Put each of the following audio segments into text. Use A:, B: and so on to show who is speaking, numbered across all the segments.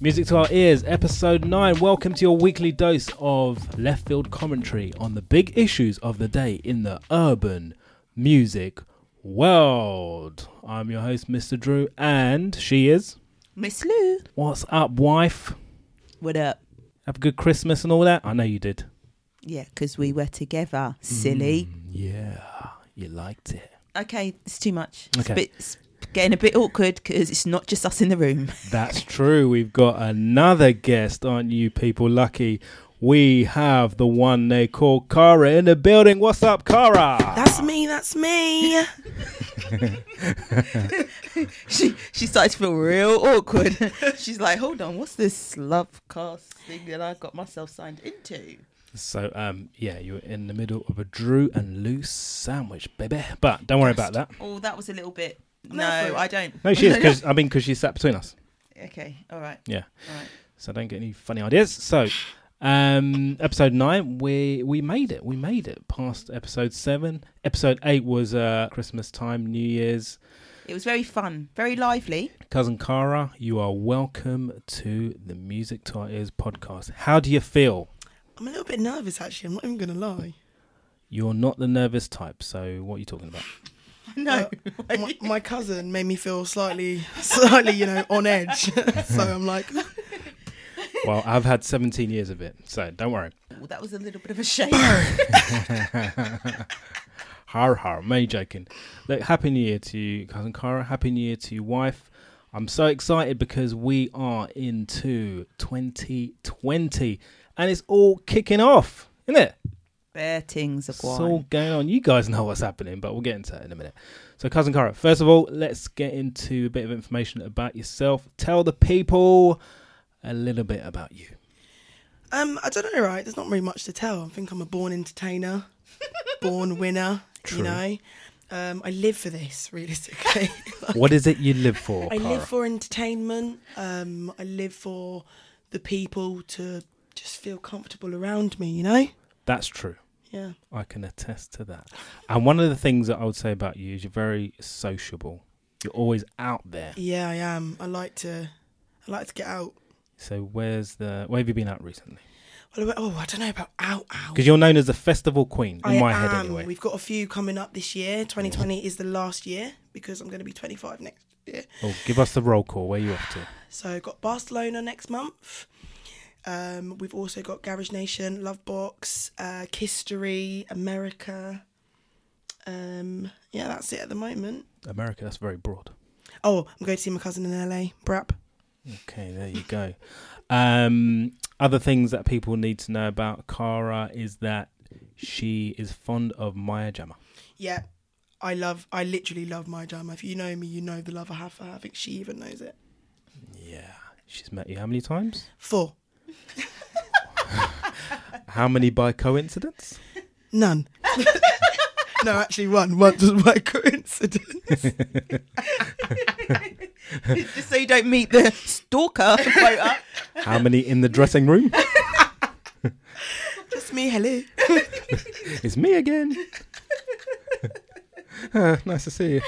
A: Music to Our Ears, episode 9. Welcome to your weekly dose of left field commentary on the big issues of the day in the urban music world. I'm your host, Mr. Drew, and she is.
B: Miss Lou.
A: What's up, wife?
B: What up?
A: Have a good Christmas and all that? I know you did.
B: Yeah, because we were together. Silly.
A: Yeah, you liked it.
C: Mm.
B: Okay, it's too much. It's,
A: Okay.
B: a bit, it's getting a bit awkward because it's not just us in the room.
A: That's true. We've got another guest, aren't you people lucky? We have the one they call Kara in the building. What's up, Kara?
C: That's me, that's me.
B: she she started to feel real awkward. She's like, hold on, what's this love cast thing that I got myself signed into?
A: So, um, yeah, you're in the middle of a Drew and Lou sandwich, baby. But don't worry about that.
B: Oh, that was a little bit. No,
C: Never.
B: I don't.
A: No, she is because I mean because she's sat between us,
B: Okay, all right.
A: Yeah.
B: All right.
A: so don't get any funny ideas. So, um, episode nine, we we made it. We made it past episode seven. Episode eight was uh Christmas time, New Year's.
B: It was very fun, very lively.
A: Cousin Kara, you are welcome to the Music to Our Ears podcast. How do you feel?
C: I'm a little bit nervous actually, I'm not even gonna lie.
A: You're not the nervous type, so what are you talking about?
B: No,
C: My, my cousin made me feel slightly slightly, you know, on edge. so I'm like
A: Well, I've had 17 years of it, so don't worry.
B: Ooh, that was a little bit of a shame.
A: Har har, I'm only joking. Look, happy new year to you, cousin Kara. Happy new year to your wife. I'm so excited because we are into 2020 and it's all kicking off, isn't it?
B: Fair things of
A: It's all going on. You guys know what's happening, but we'll get into it in a minute. So, cousin Cara, first of all, let's get into a bit of information about yourself. Tell the people a little bit about you.
C: um, I don't know, right? There's not really much to tell. I think I'm a born entertainer, born winner,
A: True.
C: you know. Um, I live for this, realistically.
A: What is it you live for,
C: I
A: Cara?
C: live for entertainment. Um, I live for the people to just feel comfortable around me, you know?
A: That's true.
C: Yeah.
A: I can attest to that. And one of the things that I would say about you is you're very sociable. You're always out there.
C: Yeah, I am. I like to I like to get out.
A: So, where's the? Where have you been out recently?
C: Well, oh, I don't know about out out.
A: Because you're known as the festival queen in
C: I
A: my
C: am.
A: head, anyway.
C: We've got a few coming up this year. 2020 is the last year because I'm going to be 25 next year.
A: Oh, give us the roll call. Where you off to?
C: So I've got Barcelona next month. Um, we've also got Garage Nation, Lovebox, uh, Kistery, America. Um, yeah, that's it at the moment.
A: America. That's very broad.
C: Oh, I'm going to see my cousin in LA, Brap.
A: Okay, there you go. Um, other things that people need to know about Kara is that she is fond of Maya Jama.
C: Yeah, I love, I literally love my jam. If you know me, you know the love I have for her. I think she even knows it.
A: Yeah, she's met you how many times?
C: Four.
A: How many by coincidence?
C: None. no, actually, one. One just by coincidence.
B: Just so you don't meet the stalker quota.
A: How many in the dressing room?
C: Just me, hello.
A: It's me again. Ah, nice to see you.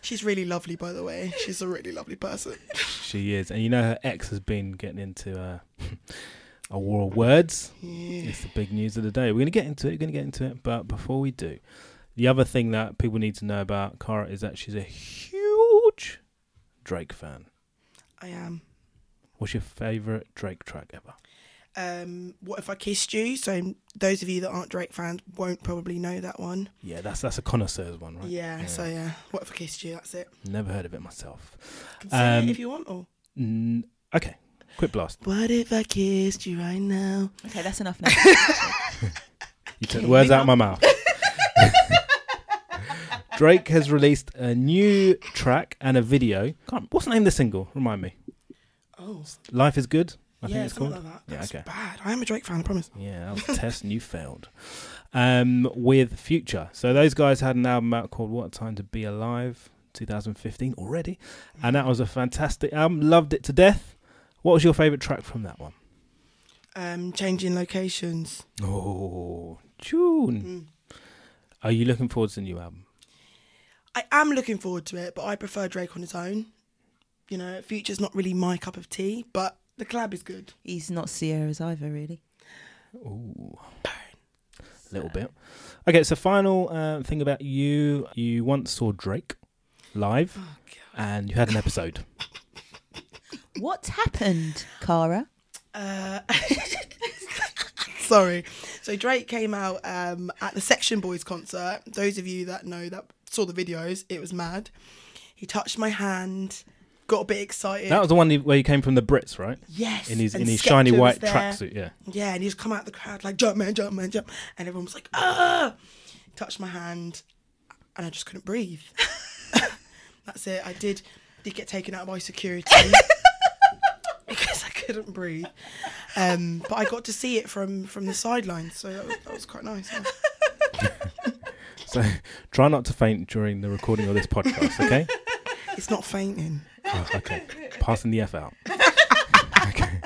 C: She's really lovely, by the way. She's a really lovely person.
A: She is, and you know her ex has been getting into uh, a war of words.
C: Yeah.
A: It's the big news of the day. We're going to get into it. We're going to get into it. But before we do, the other thing that people need to know about Cara is that she's a huge Drake fan.
C: I am.
A: What's your favorite Drake track ever?
C: Um, what if I kissed you? So those of you that aren't Drake fans won't probably know that one.
A: Yeah, that's that's a connoisseur's one, right?
C: Yeah, So yeah, what if I kissed you? That's it.
A: Never heard of it myself.
C: Can say
A: Um,
C: it if you want. Or
A: Mm, okay, quick blast.
C: what if I kissed you right now?
B: Okay, that's enough now.
A: You took the words out of my mouth. Drake has released a new track and a video. Can't, what's the name of the single? Remind me.
C: Oh,
A: Life is good. I
C: yeah,
A: think it's
C: something
A: called.
C: like that.
A: Yeah,
C: That's
A: okay.
C: bad. I am a Drake fan. I promise.
A: Yeah, that was a test and you failed. Um, with Future. So those guys had an album out called What a Time to Be Alive, 2015 already. And that was a fantastic album. Loved it to death. What was your favourite track from that one?
C: Um, changing locations.
A: Oh, June.
C: Mm.
A: Are you looking forward to the new album?
C: I am looking forward to it, but I prefer Drake on his own. you know, Future's not really my cup of tea, but the collab is good.
B: He's not Sierra's either, really.
A: Ooh. A little bit. Okay, so final uh, thing about you. You once saw Drake live
C: Oh,
A: and you had an episode.
B: What happened, Cara?
C: Uh, sorry. So Drake came out um, at the Section Boys concert. Those of you that know that saw the videos, it was mad. He touched my hand, got a bit excited.
A: that was the one where you came from the Brits, right?
C: yes,
A: In his
C: and
A: in his
C: Skepta
A: shiny
C: was
A: white
C: there.
A: tracksuit, yeah.
C: Yeah, and he just come out of the crowd like jump man, jump man, jump, and everyone was like ah. Touched my hand, and I just couldn't breathe. That's it. I did did get taken out by security because I couldn't breathe. Um, but I got to see it from from the sidelines, so that was, that was quite nice. yeah.
A: So try not to faint during the recording of this podcast, okay?
C: It's not fainting.
A: Oh, okay. Passing the F out. okay.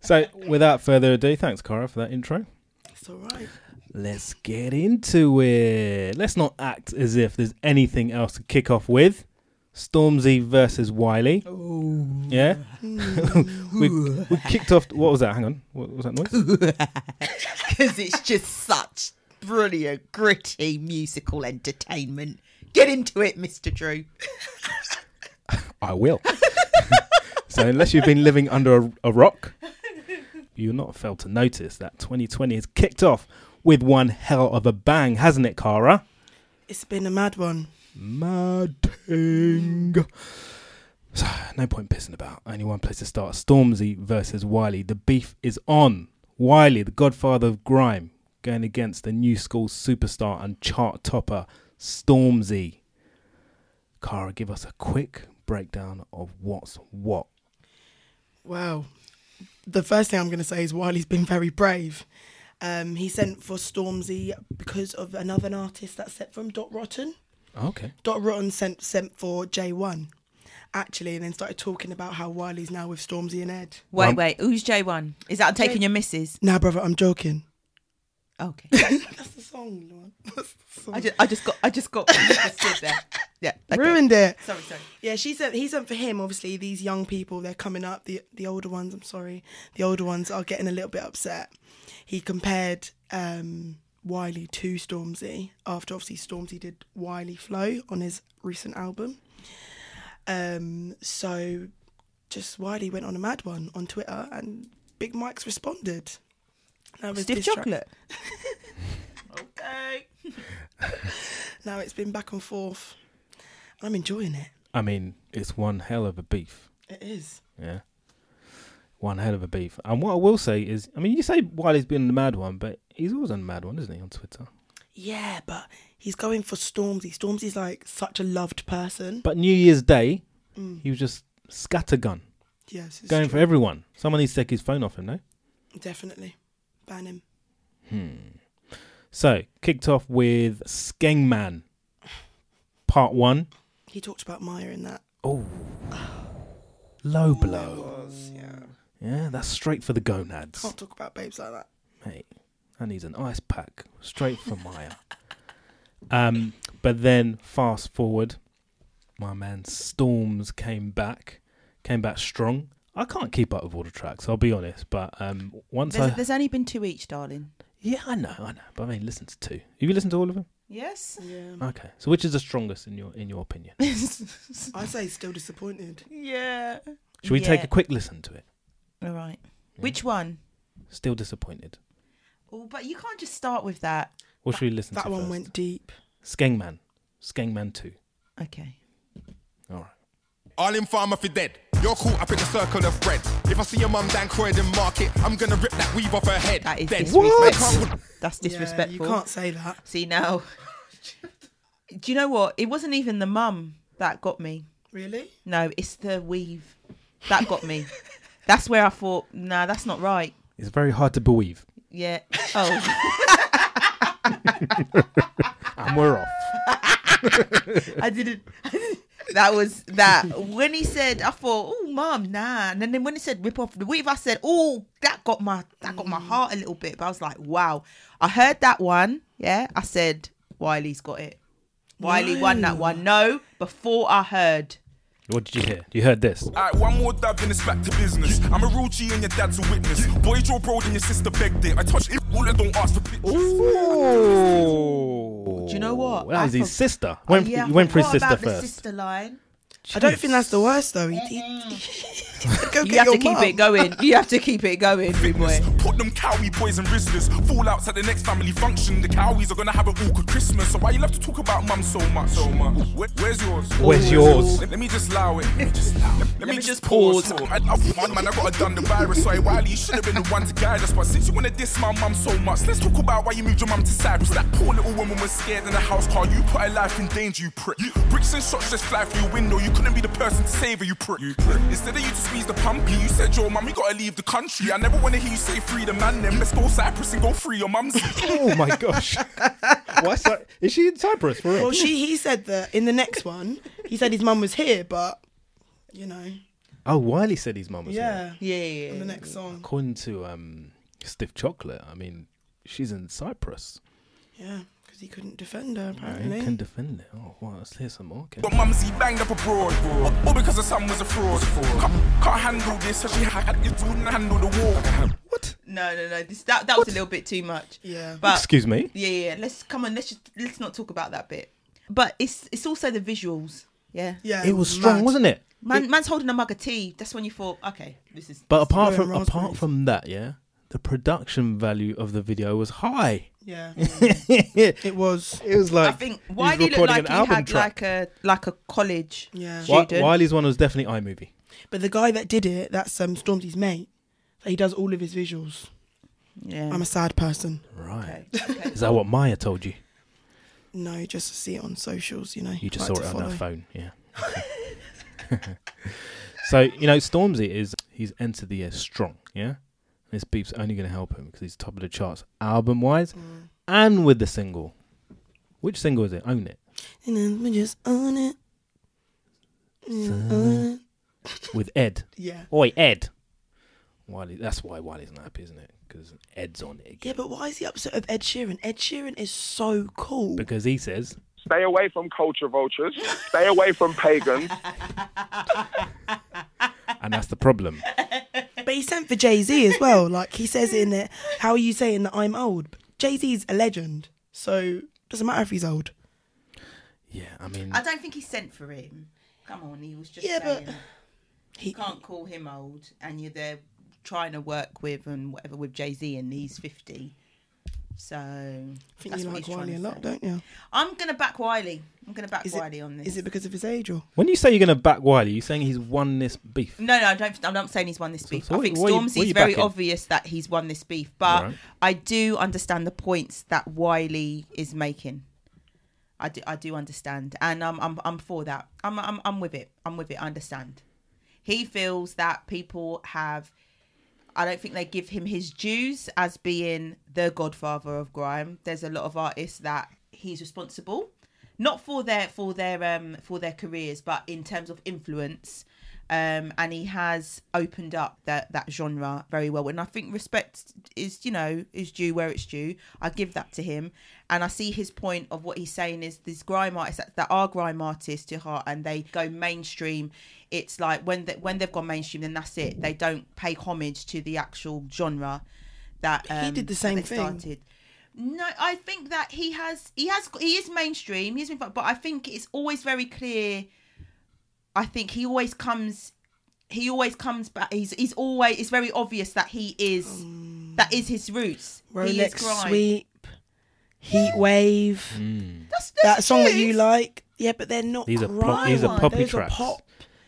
A: So without further ado, thanks Cara for that intro.
C: It's all right.
A: Let's get into it. Let's not act as if there's anything else to kick off with. Stormzy versus Wiley. Yeah. we, we kicked off. What was that? Hang on. What was that noise?
B: Because it's just such brilliant, gritty musical entertainment. Get into it, Mr. Drew.
A: I will. so, unless you've been living under a, a rock, you'll not fail to notice that 2020 has kicked off with one hell of a bang, hasn't it, Cara?
C: It's been a mad one.
A: Mad thing. So, no point pissing about. Only one place to start. Stormzy versus Wiley. The beef is on. Wiley, the godfather of grime, going against the new school superstar and chart topper, Stormzy. Cara, give us a quick breakdown of what's what.
C: Well, the first thing I'm going to say is Wiley's been very brave. Um, he sent for Stormzy because of another artist that sent for him, Dot Rotten.
A: Okay.
C: Dot Rotten sent sent for J1, actually, and then started talking about how Wiley's now with Stormzy and Ed.
B: Wait,
A: Um,
B: wait. Who's J1? Is that I'm taking your missus?
C: Nah, brother, I'm joking.
B: Okay.
C: That's the song. Lauren. That's the song.
B: I just, I just got, I just got, I just stood there. Yeah. okay.
C: Ruined it.
B: Sorry, sorry.
C: Yeah, she sent. He sent for him. Obviously, these young people they're coming up. The the older ones, I'm sorry, the older ones are getting a little bit upset. He compared um, Wiley to Stormzy after obviously Stormzy did Wiley Flow on his recent album. Um, so just Wiley went on a mad one on Twitter, and Big Mike's responded. Now his
B: Stiff
C: diss track-
B: chocolate. Okay.
C: Now it's been back and forth, and I'm enjoying it.
A: I mean, it's one hell of a beef.
C: It is.
A: Yeah. One hell of a beef. And what I will say is, I mean, you say Wiley's been the mad one, but he's always on the mad one, isn't he, on Twitter?
C: Yeah, but he's going for Stormzy. Stormzy's like such a loved person. Mm.
A: But New Year's Day, he was just scattergun,
C: Yes, it's
A: going
C: true.
A: for everyone. Someone needs to take his phone off him, no? Hmm.
C: definitely ban him.
A: So, kicked off with Skengman, part one.
C: He talked about Maya in that.
A: Oh, low blow.
C: Was, yeah.
A: Yeah, that's straight for the gonads.
C: Can't talk about babes like that.
A: Mate, that needs an ice pack straight for Maya. um, but then fast forward, my man Storms came back, came back strong. I can't keep up with all the tracks. I'll be honest, but um, once
B: There's,
A: I
B: there's only been two each, darling.
A: yeah, I know, I know, but I mean, listen to two. Have you listened to all of them?
B: Yes.
C: Yeah.
A: Okay, so which is the strongest in your in your opinion?
C: I say still disappointed.
B: yeah.
A: Should we take
B: Yeah.
A: a quick listen to it?
B: All right. Which one?
A: Still disappointed.
B: Oh, but you can't just start with that.
A: What should we listen
C: that
A: to
C: one
A: first?
C: went deep.
A: Skengman, Skengman two.
B: Okay.
A: All right.
D: All in farmer for dead. You're caught up in the circle of bread. If I see your mum down Croydon market, I'm gonna rip that weave off her head.
B: That is
D: dead.
B: disrespectful. That's
C: Yeah,
B: disrespectful.
C: you can't say that.
B: See now. Do you know what? It wasn't even the mum that got me.
C: Really?
B: No, it's the weave that got me. that's where I thought, nah, that's not right.
A: It's very hard to believe,
B: Yeah. Oh,
A: and we're off.
B: I didn't. that was that. When he said, I thought, oh, mum, nah. And then when he said, rip off the weave, I said, oh, that got my that got my heart a little bit. But I was like, wow. I heard that one. Yeah. I said, Wiley's got it. Wiley won that one. No, before I heard
A: What did you hear? You heard this.
D: Alright, one more dab, then it's back to business. I'm a real G and your dad's a witness. Boy, you draw broad and your sister begged it. I touch it, all I don't ask for pictures.
A: Ooh.
B: Do you know what?
A: That
B: I
A: was his
B: forg-
A: sister.
B: Oh,
A: Went,
B: yeah, I
A: you went for his
B: forgot
A: sister
B: about
A: first.
B: The sister line.
C: I don't think that's the worst though. He, he, go
B: You
C: get
B: have
C: your
B: to keep
C: mum.
B: it going. You have to keep it going, big boy.
D: Put them cowie boys and rizzlers. Fallouts at the next family function. The cowies are gonna have an awkward Christmas. So why you love to talk about mum so much? So much. Where, where's yours?
A: Where's yours?
D: Let, let me just allow it. Let me just, allow it. Let me just pause. I, I've one man, I got a done the virus. So hey, Wiley, you should have been the one to guide us. But since you wanna diss my mum so much, let's talk about why you moved your mum to Cyprus. That poor little woman was scared in a house car. You put her life in danger, you prick. Bricks and shots just fly through your window. You couldn't be the person to save her, you prick. Instead of you to squeeze the pumpy, you said your mum, you gotta leave the country. I never wanna hear you say free the man. Then let's go Cyprus and go free your mum's.
A: Oh my gosh. What's that? Is she in Cyprus for
C: Well,
A: real?
C: she he said that in the next one. He said his mum was here, but you know,
A: Oh, Wiley said his mum was here.
C: yeah.
B: Yeah, yeah,
C: In the
B: yeah.
C: next song,
A: According to um, Stiff Chocolate, I mean, she's in Cyprus.
C: yeah, because he couldn't defend her
A: Who
C: apparently.
A: can defend it? Oh, well, let's hear some more. Okay.
D: But mum's he banged up abroad, all because her son was a fraud. Can't, can't handle this, so she had it to handle the war.
A: What?
B: No, no, no. This that that was a little bit too much.
C: Yeah.
B: but
A: Excuse me?
B: yeah, yeah. Let's come on. Let's just let's not talk about that bit. But it's it's also the visuals. Yeah.
C: Yeah,
A: It was strong,
C: mad.
A: wasn't it?
B: Man, man's holding a mug of tea. That's when you thought, okay, this is.
A: But apart from
C: Blowing raspberries.
A: apart from that, yeah, the production value of the video was high.
C: Yeah,
A: it
C: it was.
A: was like
B: I think
A: he's
B: Wiley looked
A: recording
B: like
A: an
B: he
A: album
B: had
A: track.
B: like a like a college
C: Yeah.
A: Wi-
B: student.
A: Wiley's one was definitely iMovie.
C: But the guy that did it, that's um, Stormzy's mate. He does all of his visuals.
B: Yeah.
C: I'm a sad person.
A: Right.
B: Okay, okay.
A: Is that what Maya told you?
C: No, just to see it on socials, you know.
A: You just
C: like
A: saw it
C: to
A: on
C: follow.
A: her phone, yeah. so you know, Stormzy is he's entered the year strong, yeah. This beef's only going to help him because he's top of the charts album wise
C: Mm.
A: and with the single. Which single is it? Own it
C: And then we just own it. Yeah, own it.
A: with Ed.
C: Yeah.
A: Oi, Ed. Wiley, that's why Wiley's not happy, isn't it? Because Ed's on it
C: Yeah,
A: again.
C: but why is he upset of Ed Sheeran? Ed Sheeran is so cool.
A: Because he says,
E: Stay away from culture vultures. Stay away from pagans.
A: and that's the problem.
C: But he sent for Jay Z as well. Like he says in it, how are you saying that I'm old? Jay Z's a legend, so doesn't matter if he's old.
A: Yeah, I mean,
B: I don't think he sent for him. Come on, he was just
C: Yeah, but-
B: saying.
C: He
B: You can't call him old, and you're there trying to work with and whatever with Jay Z, and he's fifty. So
C: I think
B: that's
C: you
B: what
C: like
B: he's
C: Wiley a
B: trying to
C: lot,
B: say.
C: don't you?
B: I'm gonna back Wiley. I'm gonna back
C: Is
B: Wiley
C: it,
B: on this.
C: is it because of his age or?
A: when you say you're going to back Wiley, you're saying he's won this beef.
B: No, no, I don't. I'm not saying he's won this beef.
A: so
B: I
A: what-
B: think
A: what you- what
B: Stormzy's
A: you
B: very
A: backing?
B: obvious that he's won this beef, but
A: Right.
B: I do understand the points that Wiley is making. I do, I do understand, and I'm, I'm, I'm for that. I'm, I'm, I'm with it. I'm with it. I understand. He feels that people have. I don't think they give him his dues as being the godfather of grime. There's a lot of artists that he's responsible, not for their for their um for their careers, but in terms of influence. Um, and he has opened up that that genre very well, and I think respect is you know is due where it's due. I give that to him, and I see his point of what he's saying is these grime artists that, that are grime artists to heart, and they go mainstream it's like when they, when they've gone mainstream, then that's it. They don't pay homage to the actual genre that um,
C: did the
B: that
C: same
B: they
C: thing.
B: Started. No, I think that he has he has he is mainstream. He's been, but I think it's always very clear. I think he always comes. He always comes back. He's he's always. It's very obvious that he is. that is his roots. he is
C: Rolex
B: grime.
C: sweep, heat wave,
B: That's,
C: that song that you
B: huge.
C: like. Yeah, but they're not.
A: Mm. These are
C: grime.
A: pop, these are
B: Grime.
A: poppy
C: Those
A: tracks.
C: Are pop.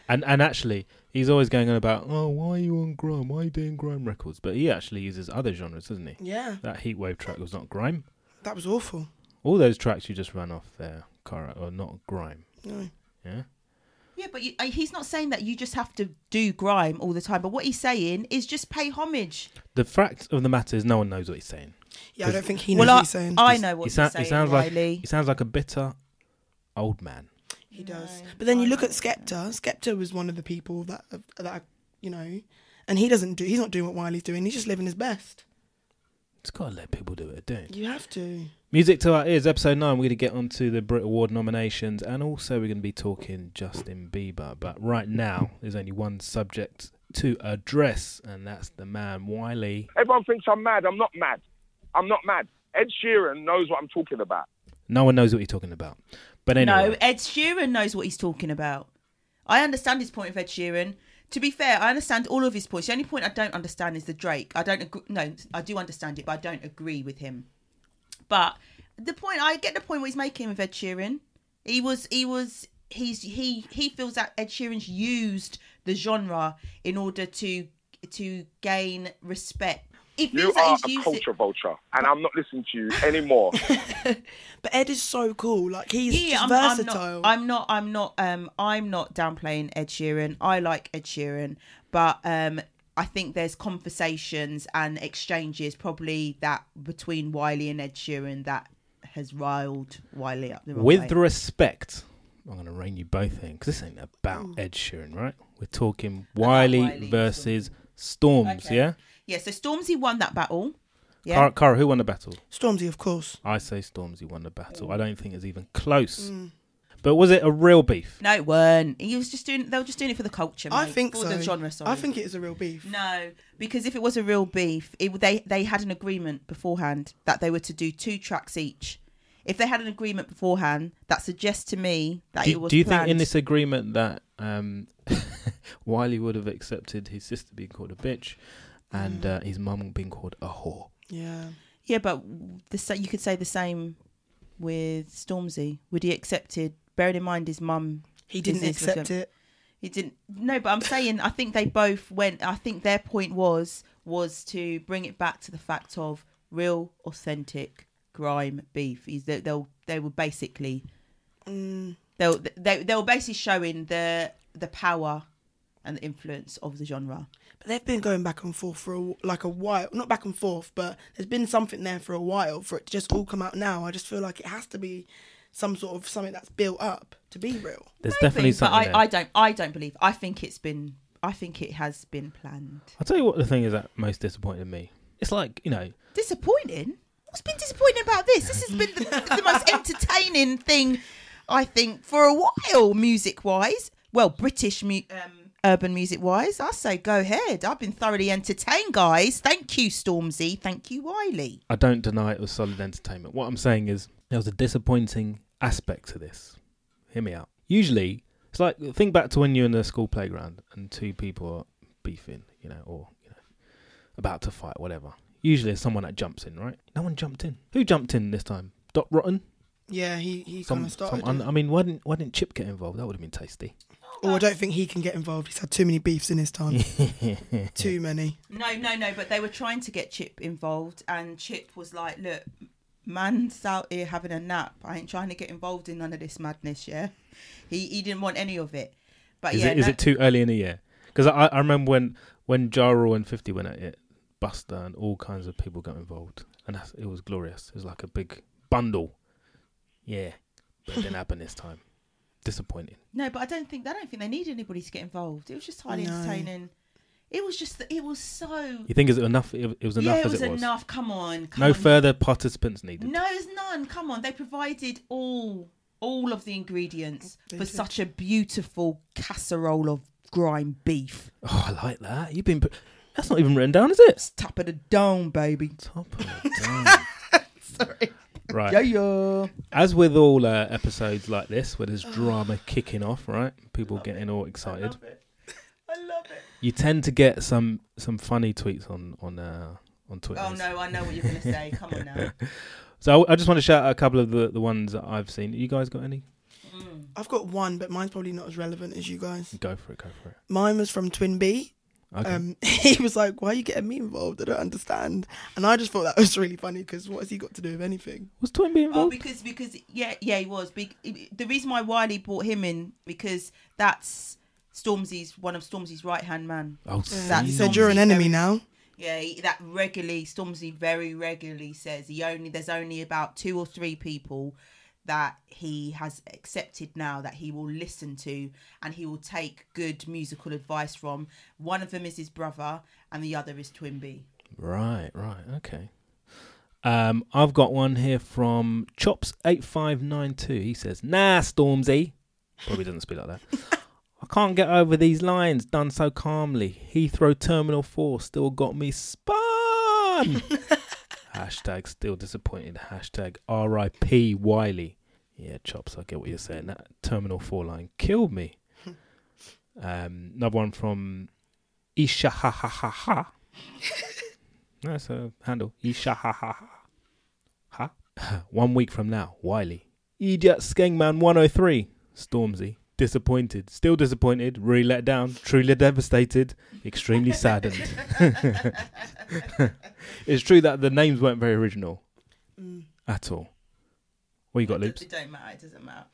A: And and actually, he's always going on about, oh, why are you on grime? Why are you doing grime records? But he actually uses other genres, doesn't he?
C: Yeah,
A: That heatwave track was not grime.
C: that was awful.
A: All those tracks you just ran off there, Kara, are not grime.
C: No.
A: Yeah.
B: Yeah, but you, uh, he's not saying that you just have to do grime all the time. But what he's saying is just pay homage.
A: The fact of the matter is, no one knows what he's saying.
C: Yeah, I don't think he knows
B: Well,
C: what
B: I,
C: he's saying.
B: I know what
A: he,
B: he's
A: sou-
B: saying,
A: he sounds
B: Wiley.
A: like he sounds like a bitter old man.
C: He does. But then you look at Skepta. Skepta was one of the people that that you know, and he doesn't do. He's not doing what Wiley's doing. He's just living his best.
A: Just gotta let people do it, don't you?
C: You have to.
A: Music to our ears, episode nine. We're gonna get onto the Brit Award nominations, and also we're gonna be talking Justin Bieber. But right now, there's only one subject to address, and that's the man Wiley.
E: Everyone thinks I'm mad. I'm not mad. I'm not mad. Ed Sheeran knows what I'm talking about.
A: No one knows what you're talking about. But anyway,
B: No, Ed Sheeran knows what he's talking about. I understand his point of Ed Sheeran. To be fair, I understand all of his points. The only point I don't understand is the Drake. I don't agree. No, I do understand it, but I don't agree with him. But the point I get the point what he's making with Ed Sheeran. He was he was he's he he feels that Ed Sheeran's used the genre in order to to gain respect. He feels
E: You
B: that
E: are
B: he's
E: a
B: used it-
E: culture vulture, and I'm not listening to you anymore.
C: But Ed is so cool. Like he's
B: yeah,
C: just
B: I'm,
C: versatile.
B: I'm not. I'm not. I'm not. Um, I'm not downplaying Ed Sheeran. I like Ed Sheeran, but um, I think there's conversations and exchanges probably that between Wiley and Ed Sheeran that has riled Wiley up the wrong
A: with
B: way.
A: respect, I'm gonna rein you both in because this ain't about Ed Sheeran, right? We're talking Wiley,
B: Mm. Wiley.
A: versus Storms.
B: Okay.
A: Yeah,
B: yeah. So Stormzy won that battle. Yeah.
A: Cara, Cara, who won the battle?
C: Stormzy, of course.
A: I say Stormzy won the battle.
B: Mm.
A: I don't think it's even close. But was it a real beef?
B: no, it weren't. He was just doing. They were just doing it for the culture.
C: I
B: mate,
C: think
B: for
C: so.
B: The genre. Sorry.
C: I think it is a real beef.
B: No, because if it was a real beef, it, would- they they had an agreement beforehand that they were to do two tracks each. If they had an agreement beforehand, that suggests to me that it
A: Do,
B: was.
A: do you
B: planned.
A: think in this agreement that um, Wiley would have accepted his sister being called a bitch and uh, his mum being called a whore?
C: Yeah.
B: Yeah, but the, sa- you could say the same with Stormzy. Would he accepted? Bearing in mind his mum.
C: He didn't
B: business was
C: accept
B: him.
C: it.
B: He didn't. No, but I'm saying I think they both went. I think their point was was to bring it back to the fact of real, authentic grime beef. Is that they'll they were basically they were- they they were basically showing the the power and the influence of the genre.
C: But they've been going back and forth for a, like a while. Not back and forth, but there's been something there for a while for it to just all come out now. I just feel like it has to be some sort of something that's built up to be real.
A: There's definitely
B: Maybe, but
A: something.
B: I,
A: there.
B: I don't I don't believe. I think it's been. I think it has been planned.
A: I'll tell you what the thing is that most disappointed me. It's like, you know,
B: Disappointing. What's been disappointing about this? This has been the, the most entertaining thing, I think, for a while, music wise. Well, British mu- um, urban music wise. I say go ahead. I've been thoroughly entertained, guys. Thank you, Stormzy. Thank you, Wiley.
A: I don't deny it was solid entertainment. What I'm saying is there was a disappointing aspect to this. Hear me out. Usually, it's like think back to when you're in the school playground and two people are beefing, you know, or you know, about to fight, whatever. Usually, there's someone that jumps in, right? No one jumped in. Who jumped in this time? Doc Rotten.
C: Yeah, he, he kind
A: Some,
C: of
A: some.
C: started.
A: un-
C: it.
A: I mean, why didn't why didn't Chip get involved? That would have been tasty.
C: oh, I don't think he can get involved. He's had too many beefs in his time. too many.
B: No, no, no. But they were trying to get Chip involved, and Chip was like, "Look, man's out here having a nap. I ain't trying to get involved in none of this madness. Yeah, he he didn't want any of it. But
A: Is
B: yeah,
A: it is
B: no-
A: it too early in the year? Because I, I remember when when Ja Rule and Fifty went at it, Buster and all kinds of people got involved, and that's, it was glorious. It was like a big bundle. Yeah, but it didn't happen this time. Disappointing.
B: no, but I don't think I don't think they need anybody to get involved. It was just highly
C: No.
B: entertaining. It was just it was so
A: You think is it enough? It, it was enough
B: yeah, it
A: as
B: was
A: it was.
B: enough. Come on, come
A: No
B: on.
A: further participants needed.
B: No, it's none. Come on, they provided all all of the ingredients for such a beautiful casserole of grime beef.
A: Oh, I like that. You've been. put- That's not even written down, is it?
B: Top of the dome, baby.
A: Top of the dome. Right.
B: Yeah, yeah.
A: As with all uh, episodes like this, where there's drama kicking off, right? People getting all excited. I love it. You tend to get some some funny tweets on on uh, on Twitter.
B: Oh no, I know what you're gonna say. Come on now.
A: So I, I just want to shout out a couple of the, the ones that I've seen. You guys got any?
B: Mm.
C: I've got one, but mine's probably not as relevant as you guys.
A: Go for it. Go for it.
C: Mine was from Twin B.
A: Okay.
C: Um, he was like, "Why are you getting me involved? I don't understand." And I just thought that was really funny because what has he got to do with anything?
A: was Twin being
B: Oh,
A: involved?
B: because because yeah yeah he was. Be- the reason why Wiley brought him in because that's Stormzy's one of Stormzy's right hand man.
A: Oh,
B: That
A: see.
C: So
B: Stormzy
C: you're an enemy
B: very-
C: now.
B: Yeah, he, that regularly Stormzy very regularly says he only there's only about two or three people that he has accepted now that he will listen to and he will take good musical advice from. One of them is his brother and the other is Twin B.
A: Right. Right. Okay. Um, I've got one here from Chops8592. He says, Nah, Stormzy. Probably doesn't speak like that. I can't get over these lines done so calmly. Heathrow Terminal 4 still got me spun. Hashtag still disappointed. Hashtag RIP Wiley. Yeah, Chops, I get what you're saying. That Terminal 4 line killed me. Um, another one from Isha ha ha ha ha. That's a handle. Isha ha ha ha. Ha. one week from now, Wiley. Idiot Skengman 103. Stormzy. Disappointed. Still disappointed. Really let down. Truly devastated. Extremely saddened. it's true that the names weren't very original at all. What you got,
B: It,
A: Loops?
B: it don't matter. It doesn't matter.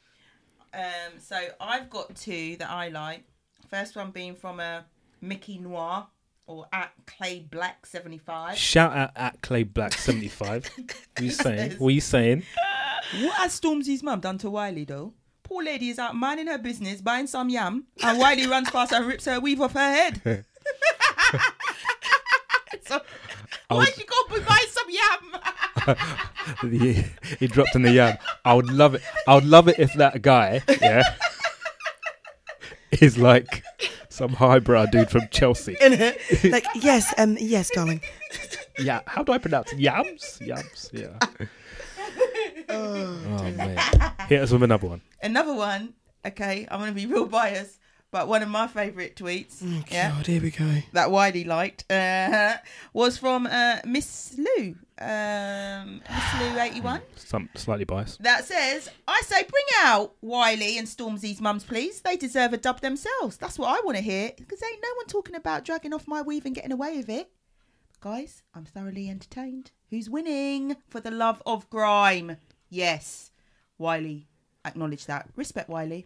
B: Um, so I've got two that I like. First one being from a Mickey Noir or at Clay Black seventy five.
A: Shout out at Clay Black 75. what you saying? What you saying?
B: What has Stormzy's mum done to Wiley though? Poor lady is out minding her business, buying some yam, and Wiley runs past her and rips her weave off her head. so, why
A: would-
B: she got to be buying some yam?
A: he, he dropped in the yam. I would love it. I would love it if that guy, yeah, is like some highbrow dude from Chelsea.
C: like, yes, um, yes, darling.
A: Yeah, how do I pronounce it? yams? Yams, yeah. Oh man, hit us with another one.
B: Another one. Okay, I'm gonna be real biased, but one of my favourite tweets. yeah.
C: God, Oh, here we go.
B: that Wiley liked uh, was from uh, Miss Lou, um, Miss Lou eighty one.
A: Some slightly biased.
B: That says, "I say, bring out Wiley and Stormzy's mums, please. They deserve a dub themselves. That's what I want to hear. Because ain't no one talking about dragging off my weave and getting away with it, guys. I'm thoroughly entertained. Who's winning? For the love of grime, yes, Wiley. Acknowledge that. Respect Wiley.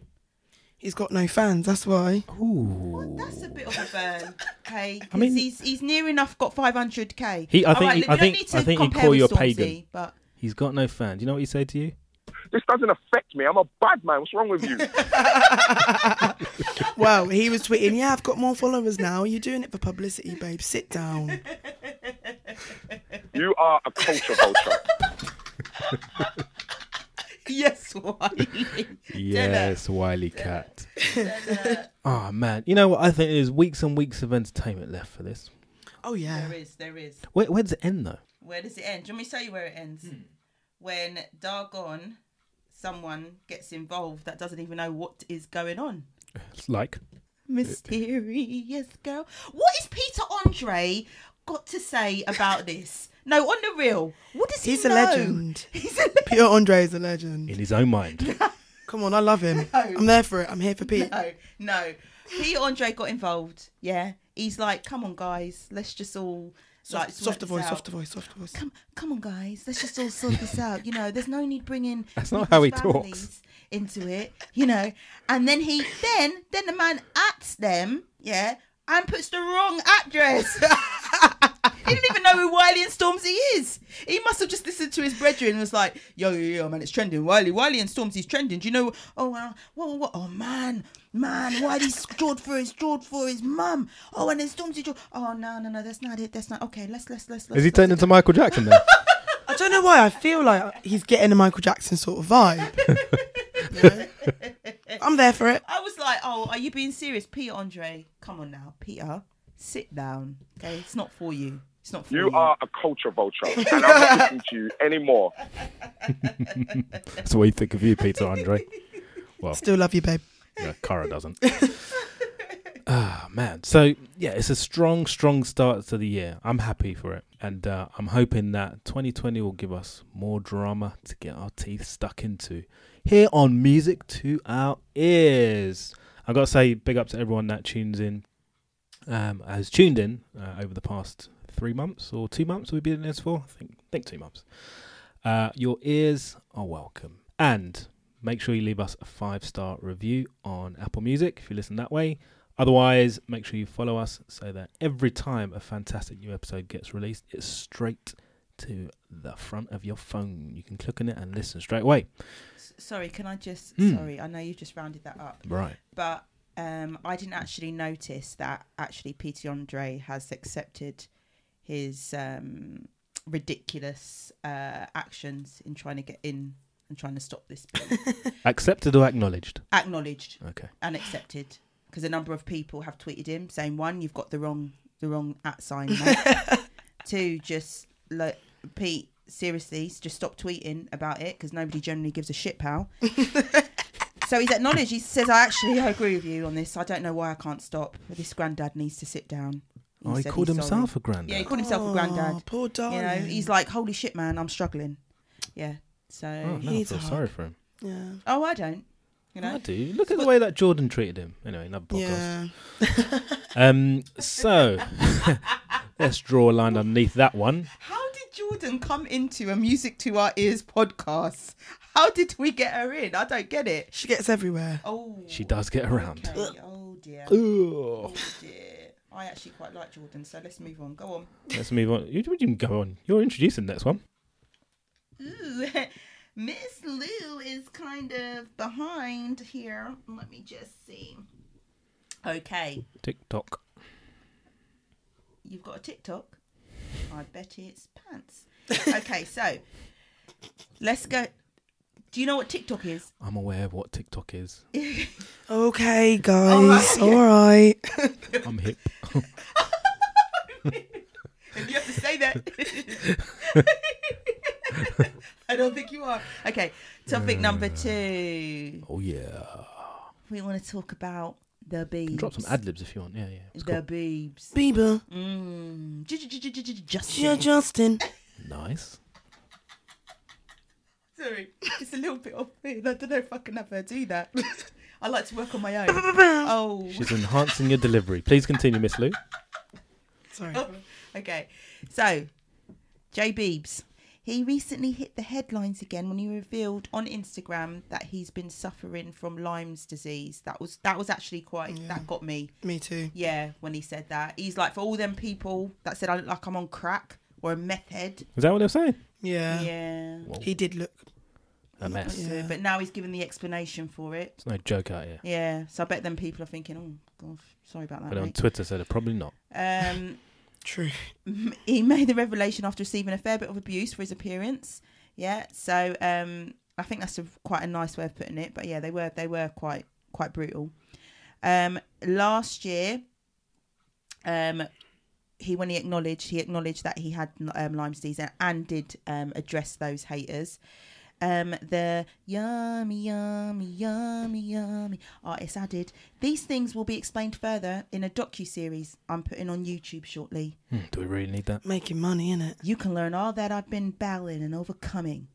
C: He's got no fans. That's why.
A: Ooh,
B: That's a bit of a burn. Okay,
A: I mean-
B: he's he's near enough got 500k.
A: He- I
B: All
A: think he-
B: look,
A: I
B: we don't
A: think-
B: need to
A: I think he'd
B: compare
A: call
B: with
A: you a
B: Stormzy,
A: pagan.
B: But
A: he's got no fan. Do you know what he said to you?
E: This doesn't affect me. I'm a bad man. What's wrong with you?
C: Well, he was tweeting, yeah, I've got more followers now. You're doing it for publicity, babe. Sit down.
E: you are a culture vulture.
B: yes, Wiley.
A: Yes, Wiley Cat. oh man, you know what? I think there's weeks and weeks of entertainment left for this.
C: Oh, yeah.
B: there is, there is.
A: Where, where does it end though?
B: Where does it end? Do you want me to tell you where it ends? When Dargon, someone gets involved that doesn't even know what is going on.
A: It's like
B: Mysterious girl. What is Peter Andre got to say about this? No, on the real. What does
C: He's
B: he
C: a
B: know?
C: legend.
B: He's a legend.
C: Peter Andre is a legend.
A: in his own mind.
C: Come on, I love him. I'm there for it. I'm here for Pete.
B: no, no. Pete Andre got involved. Yeah, he's like, come on, guys, let's just all like sort
C: softer
B: this
C: voice,
B: out."
C: softer voice, softer voice.
B: Come, come on, guys, let's just all sort this out. You know, there's no need bringing
A: That's not
B: people's
A: how he
B: families
A: talks.
B: into it. You know, and then he, then, then the man ats them. Yeah, and puts the wrong address. He didn't even know who Wiley and Stormzy is. He must have just listened to his brethren and was like, yo, yo, yo, man, it's trending. Wiley, Wiley and Stormzy's trending. Do you know? Oh, wow. Whoa, whoa, Oh, man. Man, Wiley's drawed for his, drawed for his mum. Oh, and then Stormzy drawed. Oh, no, no, no, that's not it. That's not. Okay, let's, let's, let's.
A: Has
B: let's
A: he
B: let's-
A: turned into Michael Jackson then?
C: I don't know why. I feel like he's getting a Michael Jackson sort of vibe. You know? I'm there for it.
B: I was like, oh, are you being serious? Peter Andre, come on now. Peter, sit down. Okay, it's not for you. It's not for you.
E: You are a culture vulture, and I'm not listening to you anymore.
A: That's what you think of you, Peter Andre.
C: Still love you, babe.
A: Yeah, Cara doesn't. Ah man, so yeah, it's a strong, strong start to the year. I'm happy for it, and uh, I'm hoping that 2020 will give us more drama to get our teeth stuck into. Here on Music to Our Ears, I gotta say, big up to everyone that tunes in, um, has tuned in uh, over the past three months or two months. We've been in this for, I think, I think two months. Uh, your ears are welcome. And make sure you leave us a five star review on Apple Music if you listen that way. Otherwise, make sure you follow us so that every time a fantastic new episode gets released, it's straight to the front of your phone. You can click on it and listen straight away.
B: S- Sorry, can I just?
A: Hmm.
B: Sorry, I know you just rounded that up.
A: Right.
B: but um, I didn't actually notice that actually Peter Andre has accepted his um, ridiculous uh, actions in trying to get in and trying to stop this bill.
A: Accepted or acknowledged?
B: acknowledged
A: Okay.
B: and accepted because a number of people have tweeted him saying one you've got the wrong the wrong at sign mate. two just like pete seriously s- just stop tweeting about it because nobody generally gives a shit pal so he's acknowledged he says i actually i agree with you on this i don't know why i can't stop this granddad needs to sit down
A: Oh, he
B: said
A: called
B: he's
A: himself a
B: sorry.
A: granddad.
B: yeah he called himself a granddad
C: Oh, poor
B: you know
C: darling.
B: he's like holy shit man i'm struggling yeah so
A: Oh,
B: oh,
A: no, I
C: He's
A: feel
C: hard.
A: sorry for him.
C: yeah.
B: i don't you know
A: I do. Look at the way that Jordan treated him. Anyway, another podcast.
C: Yeah.
A: Um, so let's draw a line underneath that one.
B: How did Jordan come into a Music to Our Ears podcast? How did we get her in? I don't get it.
C: She gets everywhere.
B: Oh,
A: She does get around.
B: okay. Oh dear.
A: Ugh.
B: Oh dear. I actually quite like Jordan, so let's move on. Go on.
A: Let's move on. You you can go on. You're introducing the next one.
B: Ooh, Miss Lou is kind of behind here. Let me just see. Okay,
A: Tick tock.
B: you've got a TikTok. I bet it's pants. Okay, so let's go. Do you know what TikTok is?
A: I'm aware of what TikTok is.
C: Okay, guys. All right.
A: I'm hip.
B: If you have to say that. I don't think you are. Okay, topic number two.
A: Oh yeah.
B: We want to talk about the beebs.
A: Drop some ad libs if you want. Yeah, yeah. It's
B: The
A: cool.
B: beebs.
C: Bieber.
B: Mm. J- j- j- j- j- j-
C: Yeah,
B: Justin.
C: Justin.
A: Nice.
B: Sorry, it's a little bit off beat. I don't know if I can have her do that. I like to work on my own. Oh.
A: She's enhancing your delivery. Please continue, Miss Lou.
C: Sorry.
B: Oh. okay. So, Jay Beebs. He recently hit the headlines again when he revealed on Instagram that he's been suffering from Lyme's disease. That was that was actually quite that got me.
C: Me too.
B: Yeah, when he said that. He's like for all them people that said I look like I'm on crack or a meth head.
A: Is that what they're saying?
C: Yeah.
B: yeah.
C: He did look.
A: A mess.
C: Yeah.
B: But now he's given the explanation for it.
A: It's no joke out here.
B: Yeah. So I bet them people are thinking, "Oh, gosh, sorry about that."
A: But on
C: um,
B: Mate.
A: Twitter said it probably not.
B: Um
C: True.
B: he made the revelation after receiving a fair bit of abuse for his appearance. Yeah, so um, I think that's a, quite a nice way of putting it. But yeah, they were they were quite quite brutal. Um, last year, um, he when he acknowledged he acknowledged that he had um, Lyme disease and, and did um, address those haters. Um, the yummy, yummy, yummy, yummy artist added, "These things will be explained further in a docu series I'm putting on YouTube shortly."
A: Hmm, do we really need that?
C: Making money, innit?
B: You can learn all that I've been battling and overcoming.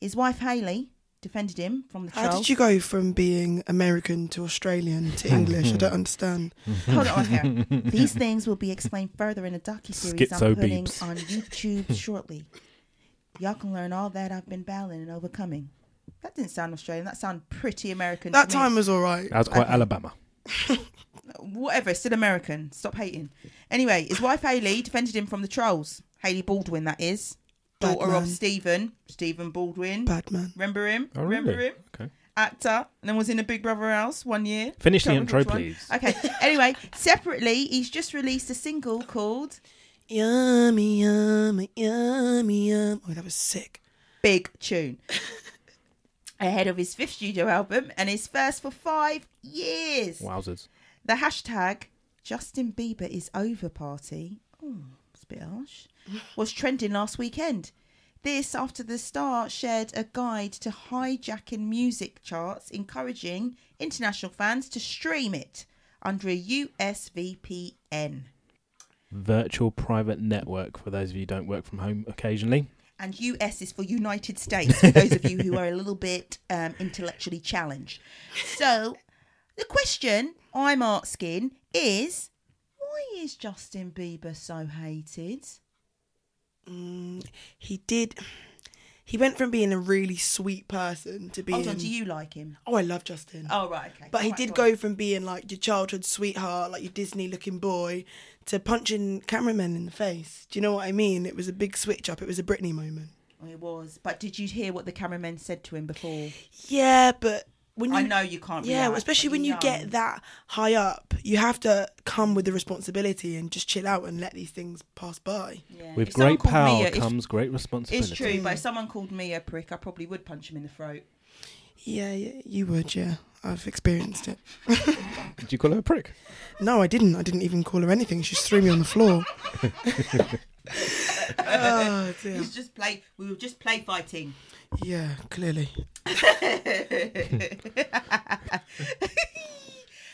B: His wife Haley defended him from the
C: How
B: troll.
C: did you go from being American to Australian to English? I don't understand.
B: Hold it on here. These things will be explained further in a docu series I'm
A: Schizo
B: putting
A: beeps.
B: on YouTube shortly. Y'all can learn all that I've been battling and overcoming. That didn't sound Australian. That sounded pretty American.
C: That
B: to
C: time
B: me.
C: was all right.
A: That was quite Alabama.
B: whatever. It's still American. Stop hating. Anyway, his wife Haley defended him from the trolls. Haley Baldwin, that is,
C: Bad
B: daughter of
C: man.
B: Stephen. Stephen Baldwin.
C: Bad man.
B: Remember him?
A: Oh,
B: Remember
A: really?
B: him?
A: Okay.
B: actor and then was in a Big Brother house one year.
A: Finish the
B: Don't
A: intro,
B: remember which
A: please.
B: one. Okay. Anyway, separately, he's just released a single called
C: Yummy, yummy, yummy, yum. Oh, that was sick.
B: Big Tune ahead of his fifth studio album and his first for five years.
A: Wowzers.
B: The hashtag Justin Bieber is over party. Oh, it's a bit harsh. Was trending last weekend. This after the star shared a guide to hijacking music charts, encouraging international fans to stream it under a US VPN
A: Virtual private network for those of you who don't work from home occasionally.
B: and US is for United States. For those of you who are a little bit um, intellectually challenged, so the question I'm asking is, why is Justin Bieber so hated?
C: He did. He went from being a really sweet person to being.
B: Hold on, do you like him?
C: Oh, I love Justin.
B: Oh right, okay.
C: But he
B: Right,
C: did
B: right.
C: go from being like your childhood sweetheart, like your Disney looking boy, to punching cameramen in the face. Do you know what I mean? It was a big switch up. It was a Britney moment.
B: It was. But did you hear what the cameraman said to him before?
C: Yeah, but when you
B: I know you can't.
C: yeah,
B: react,
C: especially
B: but
C: when you
B: know.
C: get that high up, you have to come with the responsibility and just chill out and let these things pass by.
B: Yeah.
A: With
B: If someone
A: great
B: called
A: power
B: me a- if-
A: comes great
B: It's
A: responsibility.
B: true, but if someone called me a prick, I probably would punch him in the throat.
C: Yeah, yeah you would. Yeah, I've experienced it.
A: Did you call her a prick?
C: No, I didn't. I didn't even call her anything. She just threw me on the floor. oh dear.
B: It's just play. We were just play fighting.
C: Yeah, clearly.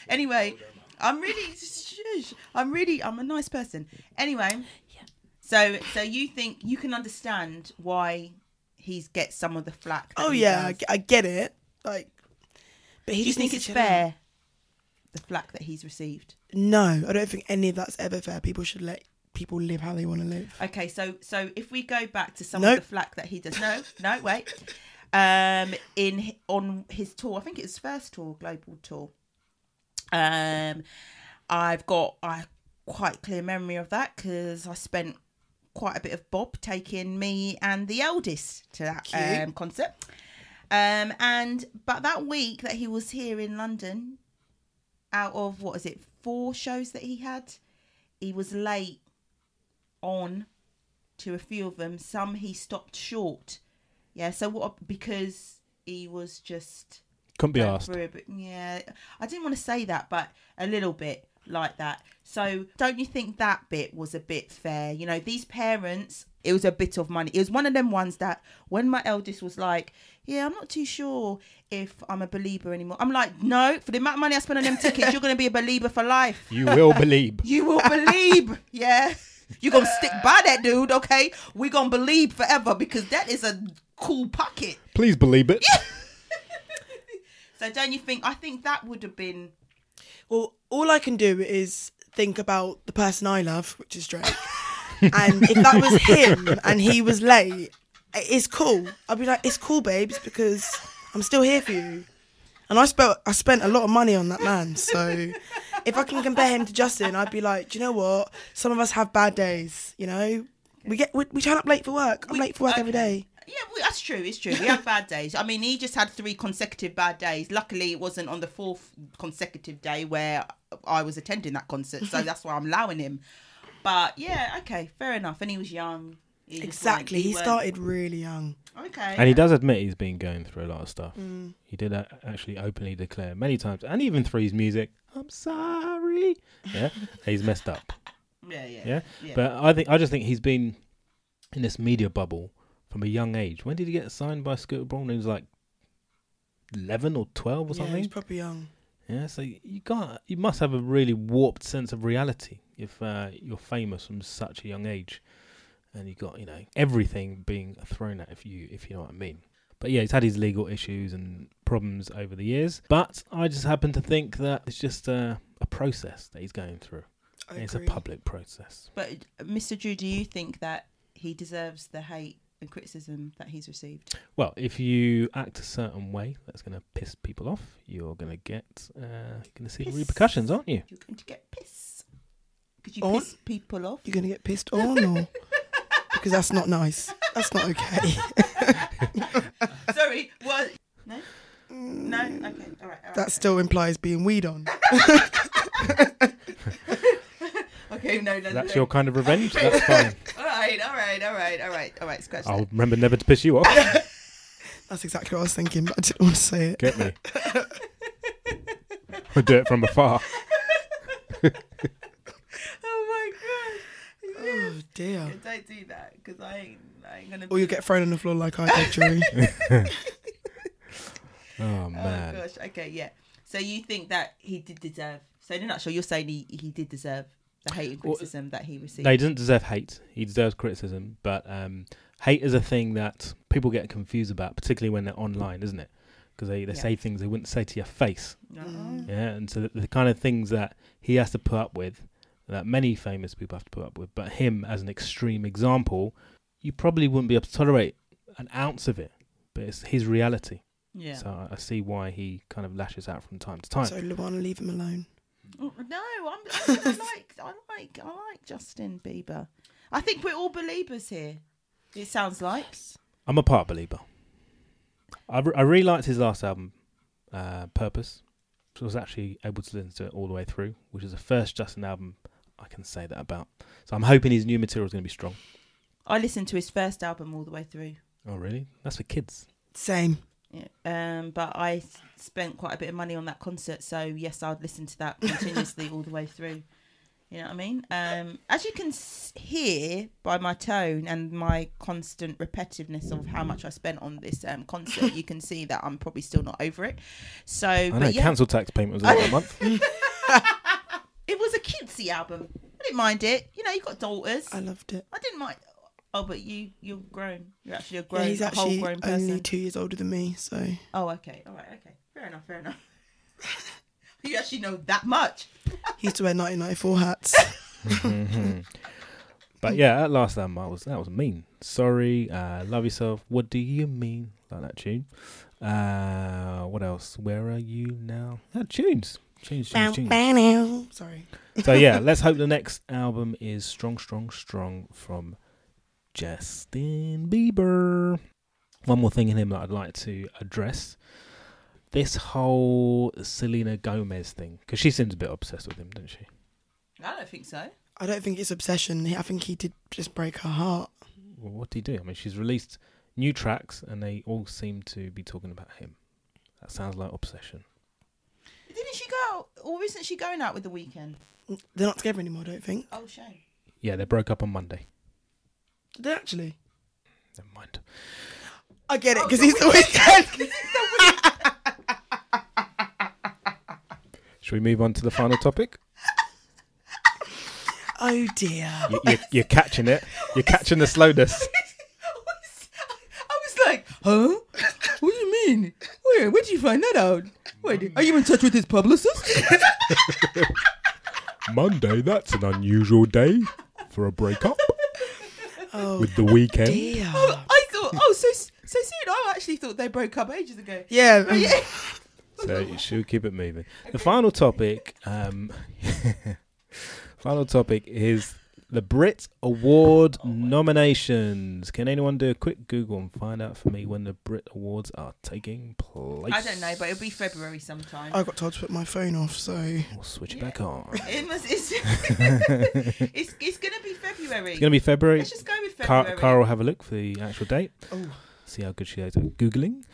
B: Anyway, I'm really, shush. I'm really, I'm a nice person. Anyway, So, so you think you can understand why he's gets some of the flack? that
C: Oh
B: he
C: yeah, I,
B: does.
C: g- I get it. Like, but he
B: Do you
C: just
B: think
C: needs
B: it's
C: to chill out.
B: fair? The flack that he's received.
C: No, I don't think any of that's ever fair. People should let people live how they want to live.
B: Okay, so so if we go back to some
C: Nope.
B: of the flack that he does, no, no, wait. Um, in hi- on his tour, I think it's his first tour, global tour. Um, I've got a quite clear memory of that because I spent quite a bit of Bob taking me and the eldest to that um, concert. Um, and but that week that he was here in London, out of what is it, four shows that he had, he was late on to a few of them. Some he stopped short. Yeah, so what? Because he was just
A: Couldn't be
B: going
A: asked.
B: through a bit- Yeah, I didn't want to say that, but a little bit like that. So don't you think that bit was a bit fair? You know, these parents. It was a bit of money. It was one of them ones that when my eldest was like, "Yeah, I'm not too sure if I'm a believer anymore." I'm like, "No, for the amount of money I spent on them tickets, you're going to be a believer for life."
A: You will believe.
B: You will believe. Yeah. You're going to stick by that dude, okay? We're going to believe forever because that is a cool pocket.
A: Please believe it.
B: So don't you think? I think that would have been.
C: Well, all I can do is think about the person I love, which is Drake. and if that was him and he was late, it's cool. I'd be like, it's cool, babes, because I'm still here for you. And I spent I spent a lot of money on that man, so if I can compare him to Justin, I'd be like, do you know what? Some of us have bad days, you know. We get we, we turn up late for work. I'm late for work every day.
B: Yeah, well, that's true. It's true. We have bad days. I mean, he just had three consecutive bad days. Luckily, it wasn't on the fourth consecutive day where I was attending that concert. So that's why I'm allowing him. But yeah, okay, fair enough. And he was young. He just
C: Exactly.
B: weren't-
C: He
B: weren't-
C: started really young.
B: Okay.
A: And he does admit he's been going through a lot of stuff. He did a- actually openly declare many times, and even through his music, "I'm sorry." Yeah, he's messed up.
B: yeah, yeah.
A: Yeah? but I think I just think he's been in this media bubble from a young age. When did he get signed by Scooter Braun? He was like eleven or twelve or
C: Yeah, he was
A: something.
C: proper young.
A: Yeah, so you can't. You must have a really warped sense of reality if uh, you're famous from such a young age, and you got you know everything being thrown at if you if you know what I mean. But yeah, he's had his legal issues and problems over the years. But I just happen to think that it's just uh, a process that he's going through.
C: I
A: It's
C: agree.
A: a public process.
B: But Mr. Drew, do you think that he deserves the hate and criticism that he's received?
A: Well, if you act a certain way that's going to piss people off, you're going to get uh, you're going to see
B: Piss.
A: repercussions, aren't you?
B: You're going to get piss. Could you
C: On?
B: piss people off?
C: You're gonna get pissed on, or Oh, because that's not nice. That's not okay.
B: Sorry, what? No? No? Okay, all right, all right.
C: That still implies being weed on.
B: okay, no, no,
A: That's
B: no.
A: your kind of revenge. That's fine.
B: All right, all right, all right, all right, all right, scratch
A: I'll remember never to piss you off.
C: That's exactly what I was thinking, but I didn't want to say it.
A: Get me. I do it from afar.
B: that. Oh my god. Yeah.
C: Oh dear.
B: Don't do that, because I ain't, I ain't going to
C: Or you'll get thrown on the floor like I did, Drew.
A: Oh
B: Oh
A: man.
B: gosh. Okay, yeah. So you think that he did deserve. So in a nutshell, you're saying he, he did deserve the hate and
A: Well,
B: criticism that he received.
A: no, he doesn't deserve hate. He deserves criticism, but um, hate is a thing that people get confused about, particularly when they're online, isn't it? Because they, they
B: Yeah.
A: say things they wouldn't say to your face.
B: Uh-huh.
A: Yeah, and so the, the kind of things that he has to put up with, that many famous people have to put up with, but him as an extreme example, you probably wouldn't be able to tolerate an ounce of it. But it's his reality,
B: Yeah.
A: so I- I see why he kind of lashes out from time to time.
C: so Luana, leave him alone.
B: No, I'm, I, I like I like I like Justin Bieber. I think we're all believers here. It sounds like.
A: I'm a part believer. I, re- I really liked his last album, uh, purpose. So I was actually able to listen to it all the way through, which is the first Justin album I can say that about. So I'm hoping his new material is going to be strong.
B: I listened to his first album all the way through.
A: Oh, really? That's for kids.
C: Same.
B: Yeah. Um, but I s- spent quite a bit of money on that concert, so yes, I'd listen to that continuously all the way through. You know what I mean? Um, as you can s- hear by my tone and my constant repetitiveness of how much I spent on this um, concert, you can see that I'm probably still not over it. So,
A: I know,
B: but yeah,
A: council tax payment was out that month.
B: it was a cutesy album. I didn't mind it. You know, you got daughters.
C: I loved it.
B: I didn't mind. Oh, but you you're grown. You're actually a grown,
C: Yeah, he's
B: a whole
C: actually
B: grown person.
C: only two years older than me, so
B: Oh, okay. All right. Okay. Fair enough. Fair enough. you actually know that much.
C: he used to wear 1994 hats.
A: Mm-hmm. But yeah, at last that was that was mean. Sorry, uh, love yourself. What do you mean? Like that tune. Uh, what else? Where are you now? That tunes. Tunes, tunes, tunes.
C: Oh, Sorry.
A: So yeah, let's hope the next album is strong, strong, strong from Justin Bieber. One more thing in him that I'd like to address: this whole Selena Gomez thing, because she seems a bit obsessed with him, doesn't she?
B: I don't think so.
C: I don't think it's obsession. I think he did just break her heart.
A: Well, what do you do? I mean, she's released new tracks, and they all seem to be talking about him. That sounds like obsession.
B: Didn't she go? Or isn't she going out with the weekend?
C: They're not together anymore, I don't think.
B: Oh, shame.
A: Yeah, they broke up on Monday.
C: Did they actually? Oh,
A: Never mind.
C: I get it, because he's the weekend.
A: Should we move on to the final topic?
C: oh dear.
A: You, you're, you're catching it. You're catching the slowness.
B: I was, I was like, huh? What do you mean? Where? Where did you find that out? Wait, are you in touch with his publicist?
A: Monday, that's an unusual day for a breakup.
C: Oh,
A: With the weekend.
C: Yeah.
B: oh, I thought. Oh, so so soon. I actually thought they broke up ages ago.
C: Yeah. um,
A: So she'll keep it moving. The final topic, um, final topic is the Brit Award
B: Oh
A: nominations. Can anyone do a quick Google and find out for me when the Brit Awards are taking place?
B: I don't know, but it'll be February sometime.
C: I got told to put my phone off, so
A: We'll switch it back on. It's
B: It must, it's, it's it's gonna be February.
A: gonna be February.
B: Let's just go with
A: Car-
B: February.
A: Carl will have a look for the actual date.
C: Oh.
A: See how good she is at googling.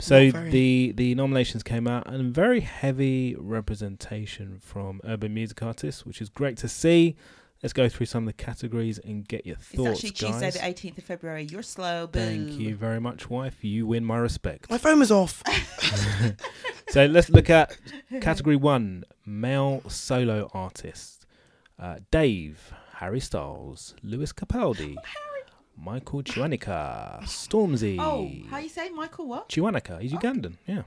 A: So
C: Not very.
A: the the nominations came out and very heavy representation from urban music artists, which is great to see. Let's go through some of the categories and get your
B: It's
A: thoughts,
B: actually
A: guys.
B: Tuesday, the eighteenth of February. You're slow, boo.
A: Thank you very much, wife. You win my respect.
C: my phone was off.
A: so let's look at category one: male solo artists. Uh, Dave, Harry Styles, Lewis Capaldi, Michael Chuanica, Stormzy.
B: Oh, how you say, Michael? What?
A: Chuanica. He's Ugandan. Yeah.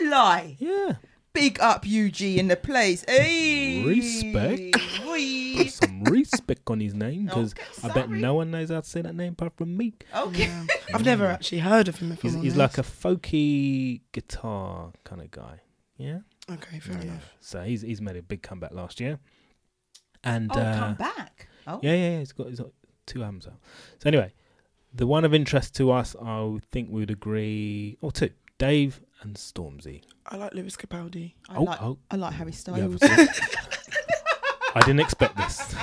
B: You lie.
A: Yeah.
B: Big up UG in the place. Hey.
A: Respect.
B: Oi.
A: Put some respect on his name because
B: Okay,
A: I bet
B: Oh, sorry.
A: no one knows how to say that name apart from me.
B: Okay.
C: I've never actually heard of him if
A: He's,
C: I'm
A: he's like
C: honest.
A: a folky guitar kind of guy. Yeah.
C: Okay, fair enough.
A: So he's he's made a big comeback last year. And
B: Oh,
A: uh,
B: come back. Oh,
A: Yeah, yeah, yeah. He's got, he's got two albums out. So anyway, the one of interest to us, I would think we would agree, or two, Dave and Stormzy.
C: I like Lewis Capaldi.
B: I
A: oh,
B: like
A: oh.
B: I like Harry
A: Yeah,
B: Styles.
A: obviously. I didn't expect this.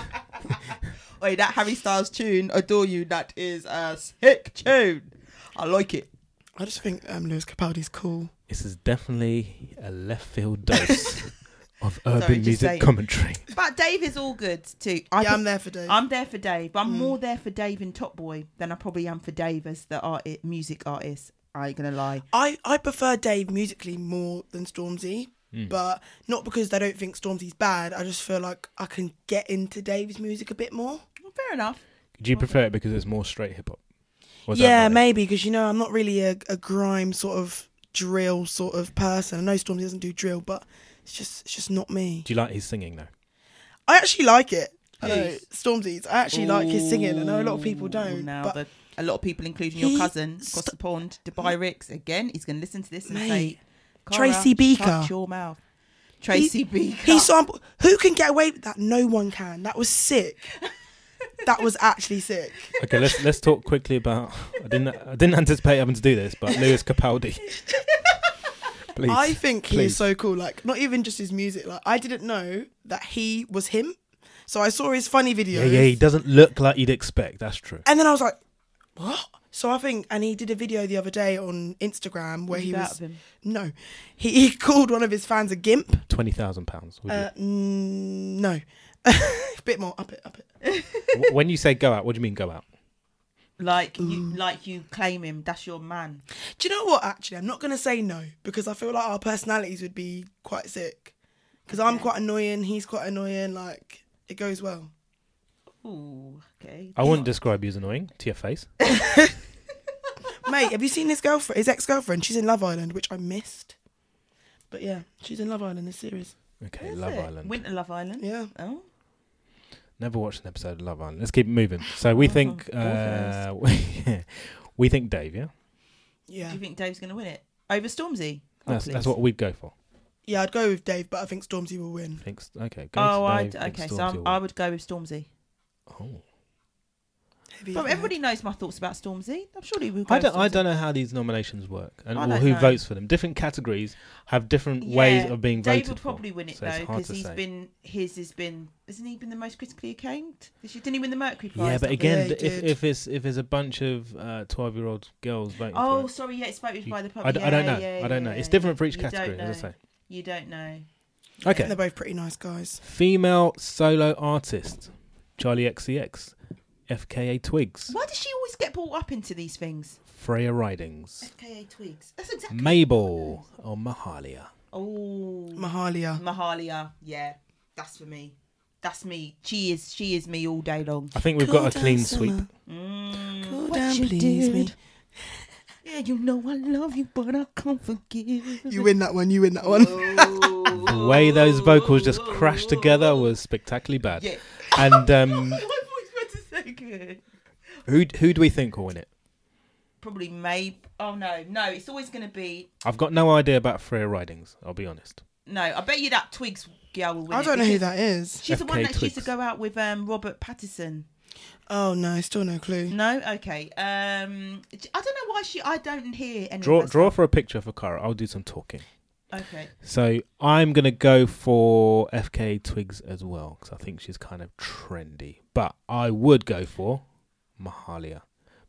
B: Oi, that Harry Styles tune, "Adore You," that is a sick tune. I like it.
C: I just think um, Lewis Capaldi's cool.
A: This is definitely a left field dose of urban
B: Sorry, just
A: music
B: saying.
A: commentary.
B: But Dave is all good too. I
C: yeah,
B: pre-
C: I'm there for Dave.
B: I'm there for Dave, but
C: Hmm.
B: I'm more there for Dave and Top Boy than I probably am for Dave as the art music artist. I ain't gonna lie.
C: I, I prefer Dave musically more than Stormzy,
A: Hmm.
C: but not because I don't think Stormzy's bad. I just feel like I can get into Dave's music a bit more.
B: Well, fair enough.
A: Do you prefer it because it's more straight hip hop? Or is that
C: yeah,
A: not it?
C: maybe because you know I'm not really a, a grime sort of drill sort of person. I know Stormzy doesn't do drill, but it's just it's just not me.
A: Do you like his singing though?
C: I actually like it. No, Stormzy's. I actually like his singing. I know a lot of people don't.
B: Now,
C: but
B: the, a lot of people, including your
C: He-
B: cousin across the pond, Dubai Ricks, again, he's gonna listen to this and
C: Mate,
B: say,
C: Tracy Beaker.
B: shut your mouth." Tracy
C: he,
B: Beaker.
C: He sampled. Who can get away with that? No one can. That was sick. that was actually sick.
A: Okay, let's let's talk quickly about. I didn't I didn't anticipate having to do this, but Lewis Capaldi. Please.
C: I think he
A: Please.
C: is so cool. Like, not even just his music. Like, I didn't know that he was him. So I saw his funny videos.
A: Yeah, yeah, he doesn't look like you'd expect. That's true.
C: And then I was like, what? So I think, and he did a video the other day on Instagram where
B: You
C: he
B: doubt
C: was.
B: him?
C: No, he, he called one of his fans a gimp.
A: Twenty thousand pounds.
C: Uh, mm, no, bit more up it, up it.
A: when you say go out, what do you mean go out?
B: Like you, like you claim him. That's your man.
C: Do you know what? Actually, I'm not gonna say no because I feel like our personalities would be quite sick. Because I'm quite annoying, he's quite annoying. Like it goes well.
B: Ooh, okay.
A: I wouldn't describe you as annoying to your face.
C: Mate, have you seen his girlfriend? His ex-girlfriend? She's in Love Island, which I missed. But yeah, she's in Love Island. This series.
A: Okay, Love
B: Is it?
A: Island.
B: Winter Love Island.
C: Yeah.
B: Oh.
A: Never watched an episode of Love Island. Let's keep it moving. So
B: Oh,
A: we think uh, we think Dave. Yeah,
C: Yeah,
B: Do you think Dave's gonna win it over Stormzy? Oh,
A: that's, that's
B: please.
A: what we'd go for.
C: yeah. I'd go with Dave, but I think Stormzy will win.
A: Thinks okay. Go
B: Oh,
A: to
B: I
A: Dave, thinks
B: okay. So
A: Stormzy
B: I'm,
A: will
B: I
A: win.
B: would go with Stormzy.
A: Oh.
C: Heavy
B: But
C: hitter.
B: everybody knows my thoughts about Stormzy. I'm sure he will. Go
A: I don't.
B: with
A: I
B: Stormzy.
A: don't know how these nominations work, and
B: I
A: or
B: don't
A: who
B: know.
A: votes for them. Different categories have different
B: Yeah,
A: ways of being
B: Dave
A: voted
B: would
A: for,
B: probably win it
A: so
B: though
A: it's hard
B: because
A: to
B: he's
A: say.
B: been his has been isn't he been the most critically acclaimed? This year? Didn't he win the Mercury Prize?
A: Yeah, but
B: I
A: again,
C: Yeah,
A: th-
C: he
A: if,
C: did.
A: if it's if it's a bunch of uh, twelve-year-old girls voting,
B: think? Oh,
A: for
B: sorry. Yeah, it's voted
A: it, you-
B: by the
A: I
B: public.
A: d-
B: Yeah,
A: I don't know.
B: yeah,
A: I don't know.
B: yeah,
A: It's different for each
B: You don't
A: category, as I
B: know.
A: say.
B: You don't know.
A: Okay,
C: They're both pretty nice guys.
A: female solo artist, Charlie XCX, FKA Twigs,
B: Why does she always get brought up into these things?
A: Freya Ridings,
B: FKA Twigs. That's exactly.
A: Mabel, or Mahalia.
B: Oh,
C: Mahalia.
B: Mahalia. Yeah, that's for me. That's me. She is. She is me all day long. Mm.
A: I think we've got a clean sweep.
C: Cool
B: What
C: down,
B: you
C: please
B: did.
C: me.
B: Yeah, you know I love you, but I can't forgive.
C: You win that one. You win that one.
A: The way those vocals just crashed together was spectacularly bad.
B: Yeah.
A: And um,
B: My voice went to so good.
A: who who do we think will win it?
B: Probably May. Oh no, no. It's always going to be
A: I've got no idea about Freya Ridings. I'll be honest.
B: no. I bet you that Twigs girl will win.
C: I
B: it
C: don't know who
B: because
C: that is.
B: She's the one
A: FKA
B: that she used to
A: Twigs.
B: go out with um, Robert Pattinson.
C: Oh no, still no clue.
B: No, okay. Um, I don't know why she. I don't hear any.
A: Draw
B: of her
A: draw for a picture for Cara. I'll do some talking.
B: stuff. Okay.
A: So I'm gonna go for FK Twigs as well because I think she's kind of trendy. But I would go for Mahalia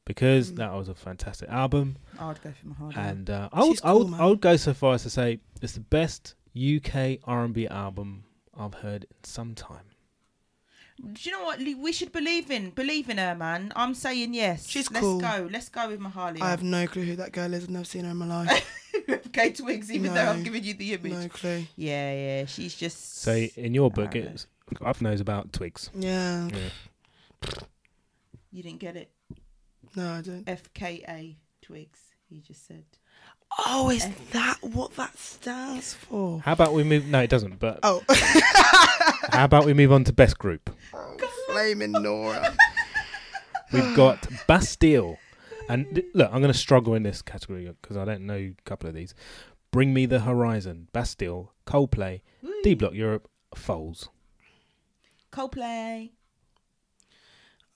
A: because that was a fantastic album,
B: I'd go for Mahalia.
A: and uh, I would
C: She's
A: I
C: cool,
A: would,
C: man.
A: I would go so far as to say it's the best UK R&B album I've heard in some time.
B: Do you know what? Lee? We should believe in believe in her, man. I'm saying yes.
C: She's
B: Let's
C: cool.
B: go. Let's go with Mahalia.
C: I have no clue who that girl is. I've never seen her in my life.
B: okay, Twigs. Even
C: No.
B: though I'm giving you the image.
C: no clue.
B: Yeah, yeah. She's just.
A: So in your book,
B: I don't
A: it's I've knows about Twigs.
C: Yeah.
A: Yeah.
B: You didn't get it.
C: No, I don't.
B: FKA Twigs. He just said.
C: Oh, is that what that stands for?
A: How about we move? No, it doesn't. But
C: Oh,
A: how about we move on to best group?
C: flaming Nora.
A: We've got Bastille. And th- look, I'm going to struggle in this category because I don't know a couple of these. Bring Me the Horizon, Bastille, Coldplay, D Block Europe, Foles.
B: Coldplay.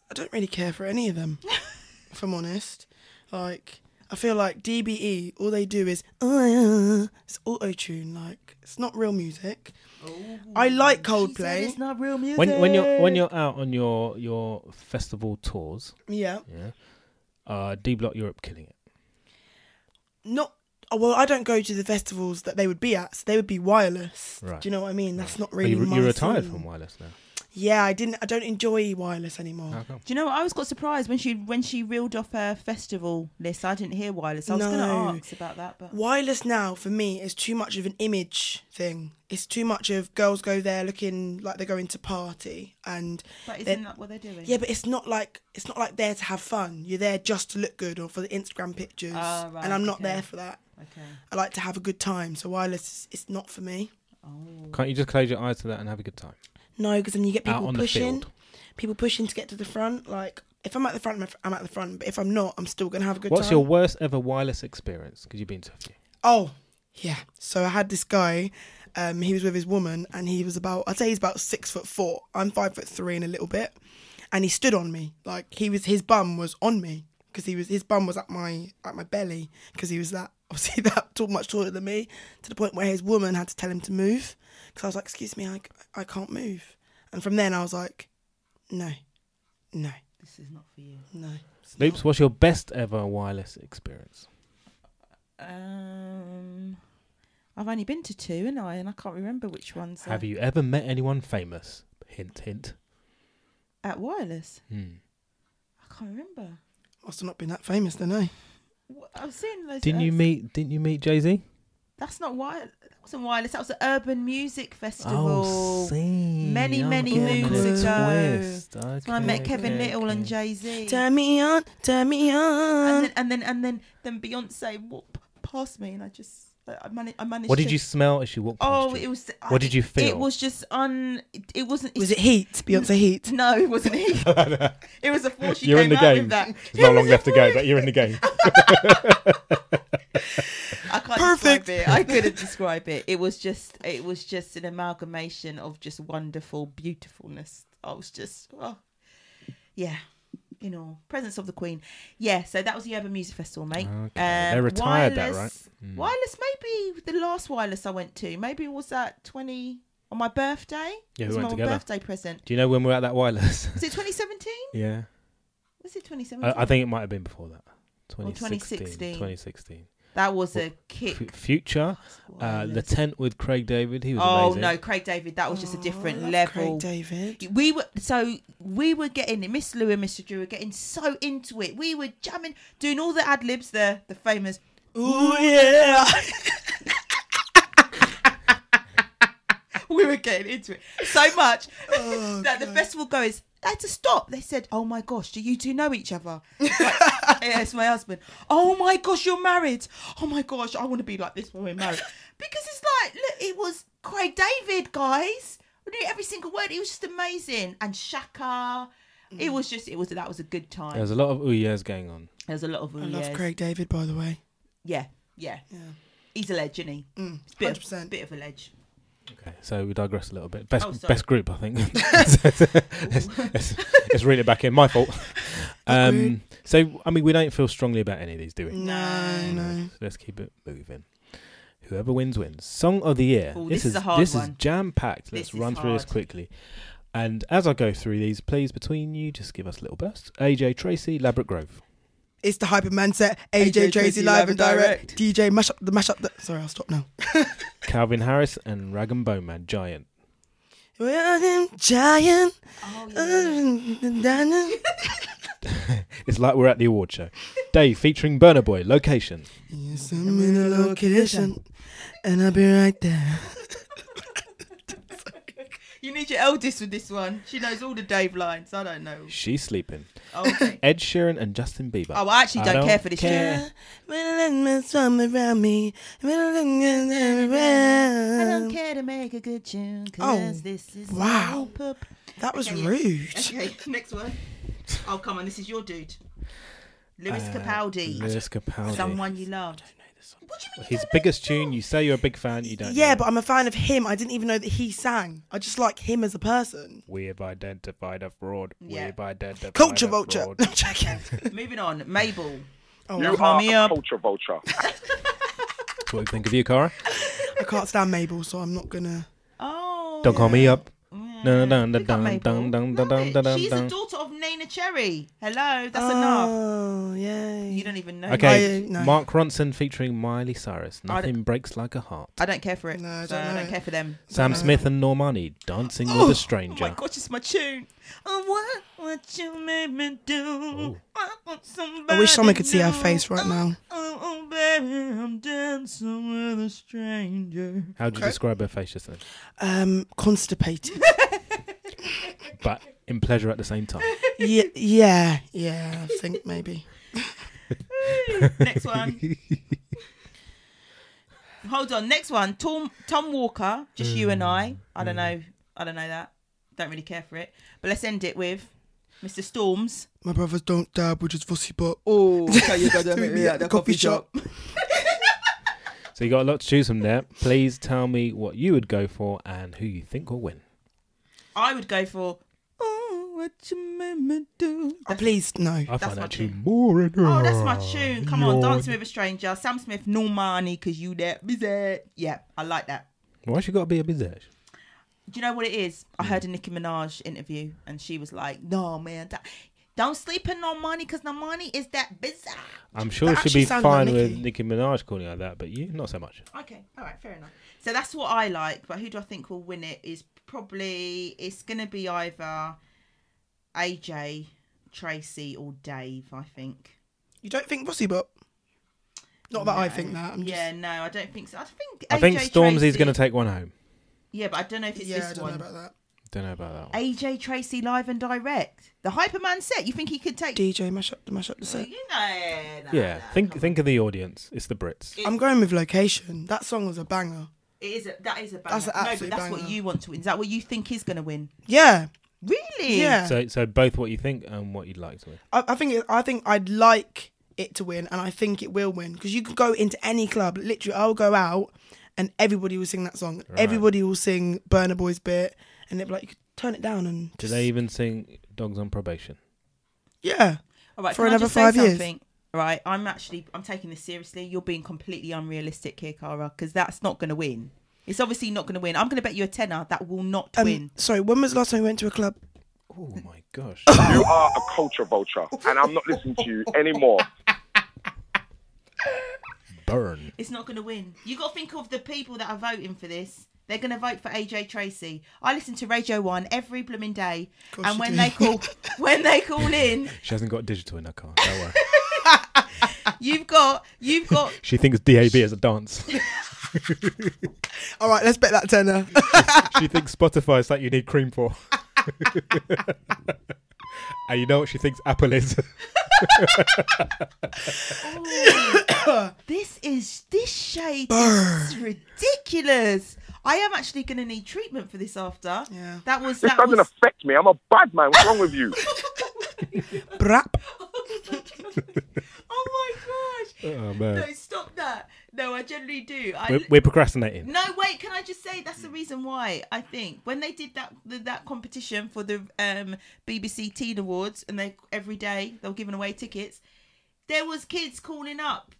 C: I don't really care for any of them, if I'm honest. Like, I feel like DBE, all they do is uh, it's auto tune. Like, it's not real music. I like Coldplay.
B: Oh. It's not real music.
A: When when you're when you're out on your your festival tours,
C: yeah.
A: yeah, uh, D Block Europe killing it.
C: not oh, well. I don't go to the festivals that they would be at, so they would be wireless.
A: Right.
C: Do you know what I mean? That's not
A: But
C: really.
A: you,
C: my
A: you're retired
C: thing.
A: from wireless now.
C: Yeah, I didn't. I don't enjoy wireless anymore.
A: How come?
B: Do you know what? I was got surprised when she when she reeled off her festival list. I didn't hear wireless. I was going
C: No.
B: to ask about that, but
C: Wireless now for me is too much of an image thing. It's too much of girls go there looking like they're going to party, and
B: but
C: they're-
B: isn't that what they're doing?
C: yeah, but it's not like it's not like there to have fun. You're there just to look good or for the Instagram pictures,
B: Ah, right,
C: and I'm not
B: okay.
C: there for that.
B: Okay.
C: I like to have a good time, so wireless is it's not for me.
B: Oh.
A: Can't you just close your eyes to that and have a good time?
C: No, because then you get
A: Out
C: people
A: on the
C: pushing,
A: field.
C: people pushing to get to the front. Like if I'm at the front, I'm at- I'm at the front. But if I'm not, I'm still gonna have a good
A: What's
C: time.
A: your worst ever wireless experience? Because you've been to a few.
C: Oh, yeah. So I had this guy. Um, he was with his woman, and he was about. I'd say he's about six foot four. I'm five foot three and a little bit, and he stood on me. Like he was, his bum was on me because he was his bum was at my at my belly because he was that obviously that tall, much taller than me, to the point where his woman had to tell him to move because I was like, "Excuse me, I, I can't move." And from then I was like, "No, no,
B: This is not for you.
C: no."
A: Loops, what's your best ever wireless experience?
B: Um, I've only been to two, and I and I can't remember which ones.
A: Have you ever met anyone famous? Hint, hint.
B: at wireless?
A: Hmm.
B: I can't remember.
C: Must have not been that famous, then, eh?
B: Wh- I've seen those.
A: Didn't you
B: ads.
A: meet? Didn't you meet Jay Z?
B: That's not wireless. That wasn't wireless. That was the Urban Music Festival.
A: Oh, see,
B: Many,
A: I'm
B: many
A: getting
C: moons
A: a
B: ago.
A: twist.
B: That's when I met
A: Okay,
B: Kevin
A: okay,
B: Little and
A: okay.
B: Jay Z.
C: Turn me on, turn me
B: and
C: on.
B: then and then and then then Beyonce walked past me, and I just I managed. I managed.
A: What did
B: to-
A: you smell as she walked past
B: Oh,
A: you?
B: it was. I-
A: What did you
B: It
A: feel?
B: was just un. It, it wasn't.
C: Was it heat? Beyonce heat.
B: No, it wasn't he. it was before she
A: You're in
B: came
A: the
B: out
A: game.
B: with that.
A: There's not
B: It
A: long
B: was
A: left to go,
B: before-
A: but you're in the game.
B: I can't
C: Perfect.
B: describe it. I couldn't describe it. It was just. It was just an amalgamation of just wonderful beautifulness. I was just. Oh, yeah. You know, presence of the Queen. Yeah, so that was the Urban Music Festival, mate. Um,
A: Okay. They retired that, right? Mm.
B: Wireless, maybe the last wireless I went to. Maybe was that twenty on my birthday.
A: Yeah, we
B: It was
A: went
B: my
A: together.
B: birthday present.
A: Do you know when we were at that wireless?
B: Was it twenty seventeen?
A: yeah,
B: Was it twenty seventeen?
A: I, I think it might have been before that. 2016.
B: 2016.
A: 2016.
B: that was a kick.
A: F- Future, uh, the tent with Craig David. He was
B: Oh
A: amazing.
B: no, Craig David, that was just a different
C: I love Craig
B: level.
C: David.
B: we were so we were getting it. Miss Lou and Mr. Drew were getting so into it. We were jamming, doing all the ad libs, the the famous.
C: Ooh yeah.
B: We were getting into it so much
C: Oh,
B: that the festival goers had to stop. They said, "Oh my gosh, do you two know each other?" Like, yeah, it's my husband. Oh my gosh, you're married. Oh my gosh, I want to be like this when we're married because it's like look, it was Craig David, guys. We knew every single word. It was just amazing, and Shaka.
C: Mm.
B: It was just, it was that was a good time.
A: There was a lot of ooh yeahs going on.
B: There's a lot of
C: I love
B: yes.
C: Craig David, by the way.
B: Yeah, yeah. He's a ledge, isn't he? Mm, a bit, Of,
C: 100%.
B: bit of a ledge.
A: Okay, so we digress a little bit. Best
B: Oh, sorry.
A: best group, I think. let's, let's- let's reel it back in. My fault. Um, so I mean, we don't feel strongly about any of these, do we?
C: No, no.
A: Let's, let's keep it moving. Whoever wins wins. Song of the year.
B: Ooh, this is a hard
A: this is
B: one.
A: jam packed.
B: This
A: Let's
B: is
A: run through this
B: hard.
A: quickly. And as I go through these, please between you, just give us a little burst. AJ Tracy, Labrick Grove.
C: It's the Hyperman set. AJ, Tracy, live and direct. DJ mash up the mash up. The... Sorry, I'll stop now.
A: Calvin Harris and Rag and Bone Man, Giant.
C: Well, I'm giant.
B: Oh,
A: It's like we're at the award show. Dave featuring Burner Boy, Location.
C: Yes, I'm in a location, and I'll be right there.
B: You need your eldest with this one. She knows all the Dave lines. I don't know.
A: She's sleeping.
B: Oh, okay.
A: Ed Sheeran and Justin Bieber.
B: Oh, I actually don't care for this
A: care.
C: around me.
B: I don't care to make a good tune because
C: Oh,
B: this is
C: wow.
B: all pup.
C: That was
B: Okay, yeah.
C: rude.
B: Okay, next one. Oh, come on. This is your dude. Lewis Capaldi.
A: Uh, Lewis Capaldi.
B: Someone you loved. What do you mean? you
A: His
B: don't know
A: biggest
B: this song?
A: tune. You say you're a big fan. You don't.
C: Yeah,
A: know.
C: but I'm a fan of him. I didn't even know that he sang. I just like him as a person.
A: we have identified a fraud.
B: Yeah.
A: We have identified
C: Culture
A: a
C: vulture.
A: fraud.
C: I'm joking.
B: Moving on. Mabel.
C: Oh,
E: You
B: Call
E: are
B: me
E: a
B: up.
E: culture vulture.
A: That's what we think of you, Cara.
C: I can't stand Mabel, so I'm not gonna.
B: Oh.
A: Don't call me up. No, no, no,
B: Look at
A: dun,
B: Mabel.
A: dun, dun,
B: Love
A: dun,
B: it.
A: dun, dun,
B: She's
A: dun.
B: the daughter of Nana Cherry. Hello, that's enough.
C: Oh, yay.
B: You don't even know.
A: Okay,
C: I, uh, no.
A: Mark Ronson featuring Miley Cyrus.
B: I don't-
A: Nothing breaks like a heart.
B: I don't care for it.
C: No, I
B: So
C: don't
B: I
C: know
B: don't
C: it.
B: care for them.
A: Sam Smith and Normani dancing with a stranger.
B: Oh my gosh, it's my tune. Oh, what would you make me
A: Oh.
B: do? I, want
C: I wish someone
B: somebody
C: could see her
B: new.
C: face right now.
B: Oh, oh, baby, I'm dancing with a stranger.
A: How do you describe her face just then?
C: Um, constipated.
A: But in pleasure at the same time.
C: yeah, yeah, yeah. I think maybe.
B: Next one. Hold on. Next one. Tom Tom Walker. Just you and I. I don't know. I don't know that. Don't really care for it. But let's end it with Mr. Storms.
C: My brothers don't dab, which is fussy but
B: Oh,
C: Meet me at the coffee shop.
A: So you got a lot to choose from there. Please tell me what you would go for and who you think will win.
B: I would go for. Oh, what you made me do.
C: Oh, please, no.
A: I
B: That's
A: find
B: my
A: that tune
B: tune.
A: more and
B: Oh, that's my tune. Come on, Dancing with a Stranger. Sam Smith, No Money, because you that busy. Yeah, I like that.
A: Why she gotta be a bizarre?
B: Do you know what it is? I heard a Nicki Minaj interview and she was like, no, man, that, don't sleep in No Money because No Money is that bizarre.
A: I'm sure
C: That
A: she'd be
C: actually sounds
A: fine
C: like
A: with Nicki
C: Nicki.
A: Minaj calling her that, but you not so much.
B: Okay, all right, fair enough. So that's what I like, but who do I think will win it is probably, it's going to be either AJ, Tracy, or Dave, I think.
C: You don't think Bossy Bop? Not that I think that. I'm just,
B: Yeah, no, I don't think so. I think
A: I think
B: AJ
A: Stormzy's
B: Tracy-
A: gonna take one home.
B: Yeah, but I don't know if it's
C: yeah, I
B: this
C: don't
B: one.
C: know about that.
A: Don't know about that one.
B: AJ Tracy live and direct. The Hyperman set. You think he could take?
C: DJ, mash up, mash up the set.
B: you know. nah,
A: yeah,
B: nah,
A: think
B: come
A: think of the audience. It's the Brits.
C: I'm going with Location. That song was a banger.
B: on. It is a, that is a banger.
C: That's an
B: no, but
C: absolute
B: that's what
C: banger.
B: you want to win. Is that what you think is going to win?
C: Yeah,
B: Really?
C: yeah.
A: So so both what you think and what you'd like to win.
C: I, I think it, I think I'd like it to win, and I think it will win because you can go into any club. Literally, I'll go out, and everybody will sing that song. Everybody will sing Burner Boy's bit, and they'll be like, "You could turn it down." And
A: Do
C: just-
A: they even sing Dogs on Probation?
C: yeah,
B: All right.
C: For
B: can I
C: another
B: just say
C: five years.
B: something? Right. I'm actually I'm taking this seriously. You're being completely unrealistic here, Cara, because that's not going to win. It's obviously not going to win. I'm going to bet you a tenner that will not
C: um,
B: win.
C: sorry. When was the last time you went to a club?
A: Oh my gosh.
E: You are a culture vulture, and I'm not listening to you anymore.
A: Burn.
B: It's not going to win. You got to think of the people that are voting for this. They're going to vote for AJ Tracy. I listen to Radio One every blooming day,
C: course
B: and
C: you
B: when
C: do.
B: they call, when they call in,
A: She hasn't got digital in her car. Don't worry.
B: you've got you've got
A: she thinks DAB is a dance.
C: All right, let's bet that tenner.
A: she thinks Spotify is something you need cream for. and you know what she thinks Apple is?
B: this is this shade is ridiculous. I am actually going to need treatment for this after.
C: Yeah.
B: That was
E: This
B: that
E: doesn't
B: was.
E: affect me. I'm a bad man. What's wrong with you?
C: Brap.
B: oh my gosh!
A: oh
B: No,
A: man.
B: stop that. No, I generally do. I,
A: We're, we're procrastinating.
B: No, wait. Can I just say that's
A: Mm.
B: the reason why I think when they did that the, that competition for the um, BBC Teen Awards, and they every day they were giving away tickets. There was kids calling up,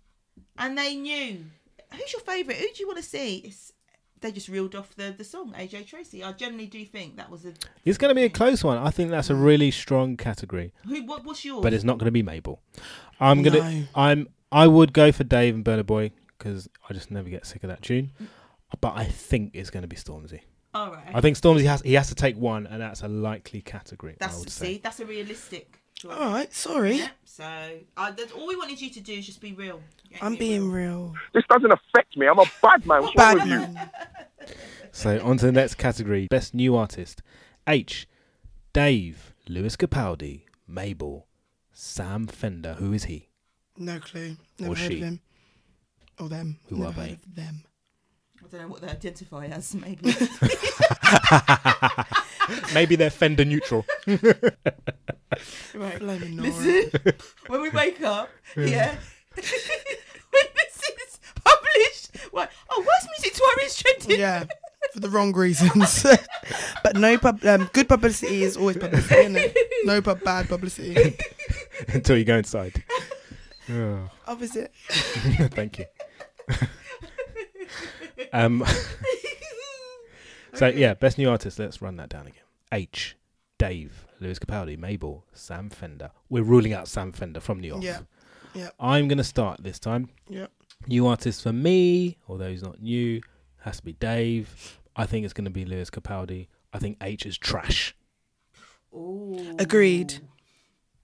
B: and they knew who's your favourite. Who do you want to see? It's, they just reeled off the the song AJ Tracy. I generally do think that was a
A: It's going to be a close one. I think that's a really strong category,
B: who. What what's yours?
A: but it's not going to be Mabel. I'm gonna.
C: No.
A: I'm. I would go for Dave and Burner Boy because I just never get sick of that tune. But I think it's going to be Stormzy.
B: all right.
A: I think Stormzy has he has to take one, and that's a likely category. I would
B: that's see
A: say. Oh.
B: that's a realistic. choice.
C: All right, sorry.
B: Yeah, so I, that's, all we wanted you to do is just be real. Yeah,
C: I'm
B: be
C: being real.
E: This doesn't affect me. I'm a bad man. What's wrong
C: Bad
E: with you?
C: man.
A: So on to the next category: best new artist. H. Dave, Lewis Capaldi, Mabel, Sam Fender. Who is he?
C: No clue. Never
A: Or
C: heard
A: she.
C: of him. Or them.
A: Who
C: Never
A: are
C: heard
A: they?
C: of them.
B: I don't know what they identify as, maybe.
A: Maybe they're Fender neutral.
B: right.
C: Blaming Nora.
B: Listen, when we wake up, yeah. when this is published, what? Oh, worst music to our ears trending.
C: yeah, for the wrong reasons. but no pub. Um, good publicity is always publicity, isn't it? No pub bad publicity.
A: Until you go inside. Oh.
C: Opposite.
A: Thank you. um, so yeah, best new artist. Let's run that down again. H, Dave, Lewis Capaldi, Mabel, Sam Fender. We're ruling out Sam Fender from New York.
C: Yeah. Yeah.
A: I'm gonna start this time.
C: Yep.
A: New artist for me, although he's not new, has to be Dave. I think it's gonna be Lewis Capaldi. I think H is trash.
C: Agreed.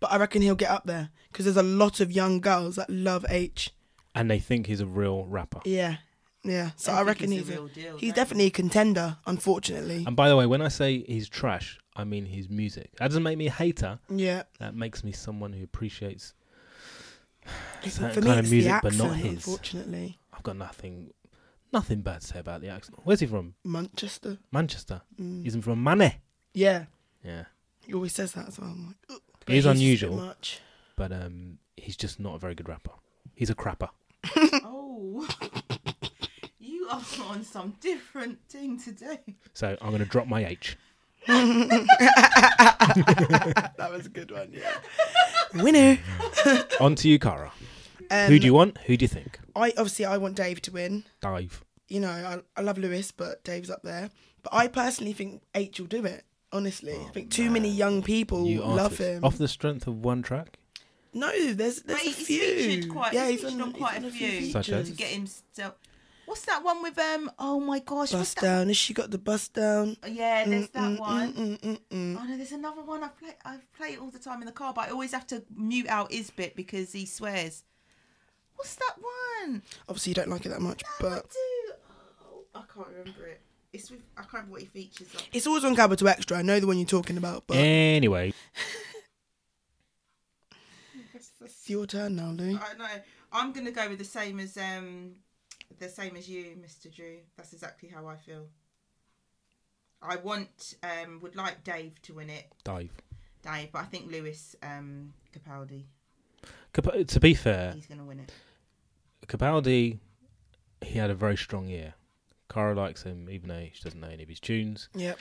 C: But I reckon he'll get up there because there's a lot of young girls that love H.
A: And they think he's a real rapper.
C: Yeah. Yeah. So
B: They
C: I,
B: think
C: reckon
B: he's
C: he's,
B: the
C: a-
B: real deal,
C: he's
B: don't
C: definitely a contender. Unfortunately.
A: And by the way, when I say he's trash, I mean his music. That doesn't make me a hater.
C: yeah.
A: That makes me someone who appreciates
C: For
A: certain
C: me,
A: kind of
C: it's
A: music,
C: the accent.
A: but not his.
C: Unfortunately,
A: I've got nothing, nothing bad to say about the accent. Where's he from?
C: Manchester.
A: Manchester.
C: Mm.
A: He's from Mane.
C: Yeah.
A: Yeah,
C: He always says that as well. I'm like, "Ugh."
A: It is
C: But he's just a bit
A: unusual.
C: Much.
A: but um, he's just not a very good rapper. He's a crapper.
B: Oh. You are on some different thing today.
A: So I'm gonna drop my H.
C: that was a good one. Yeah. Winner.
A: On to you, Cara.
C: Um,
A: Who do you want? Who do you think?
C: I obviously I want Dave to win.
A: Dave.
C: You know, I, I love Lewis, but Dave's up there. But I personally think H will do it. Honestly, I think too many young people
A: Oh, You answered.
C: love him.
A: Off the strength of one track?
C: No, there's there's
B: But
C: a
B: he's
C: few.
B: featured quite.
C: yeah,
B: he's featured
C: on-
B: on quite
C: on
B: a few
A: Such
B: to
A: as?
B: get himself. What's that one with um? Oh my gosh, what's
C: Bust
B: that?
C: down. Has she got the bust down?
B: Yeah, there's that
C: Mm,
B: one.
C: mm, mm, mm, mm.
B: Oh no, there's another one I play. I play it all the time in the car, but I always have to mute out his bit because he swears. What's that one?
C: Obviously, you don't like it that much,
B: But
C: but
B: do oh, I can't remember it. It's with I can't remember what he features. On.
C: it's always on Capital Extra. I know the one you're talking about, but
A: Anyway,
C: it's your turn now, Lou.
B: I know. I'm gonna go with the same as um, the same as you, Mr. Drew. That's exactly how I feel. I want um, would like Dave to win it,
A: Dave.
B: Dave, but I think Lewis um Capaldi
A: Cap- uh, to be fair,
B: he's gonna win it.
A: Capaldi, he had a very strong year. Cara likes him, even though she doesn't know any of his tunes.
C: Yep.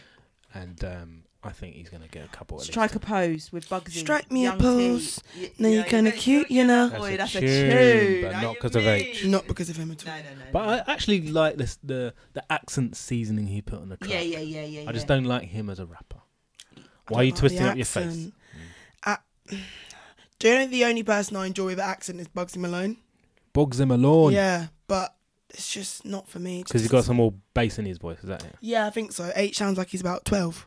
A: And um, I think he's going to get a couple at
B: Strike a pose with Bugsy.
C: Strike me a
B: Young T.
C: pose.
B: Y-
C: Now you're
B: know,
C: kinda
B: know,
C: cute, you know.
B: Boy,
A: That's
B: that's,
A: a
B: a
A: tune,
B: tune,
A: but
B: know
A: not
B: you
A: 'cause of
B: mean.
A: age.
C: Not because of him at all.
B: No, no, no.
A: But
B: no.
A: I actually like this the the accent seasoning he put on the track.
B: yeah, yeah, yeah, yeah.
A: I just
B: yeah.
A: don't like him as a rapper. Why are you
C: Oh, the
A: twisting up your face?
C: accent. Uh, do you know the only person I enjoy with accent is Bugsy Malone?
A: Bogs him alone
C: Yeah, but it's just not for me.
A: because he's got some more bass in his voice. Is that it?
C: Yeah, I think so. H sounds like he's about twelve.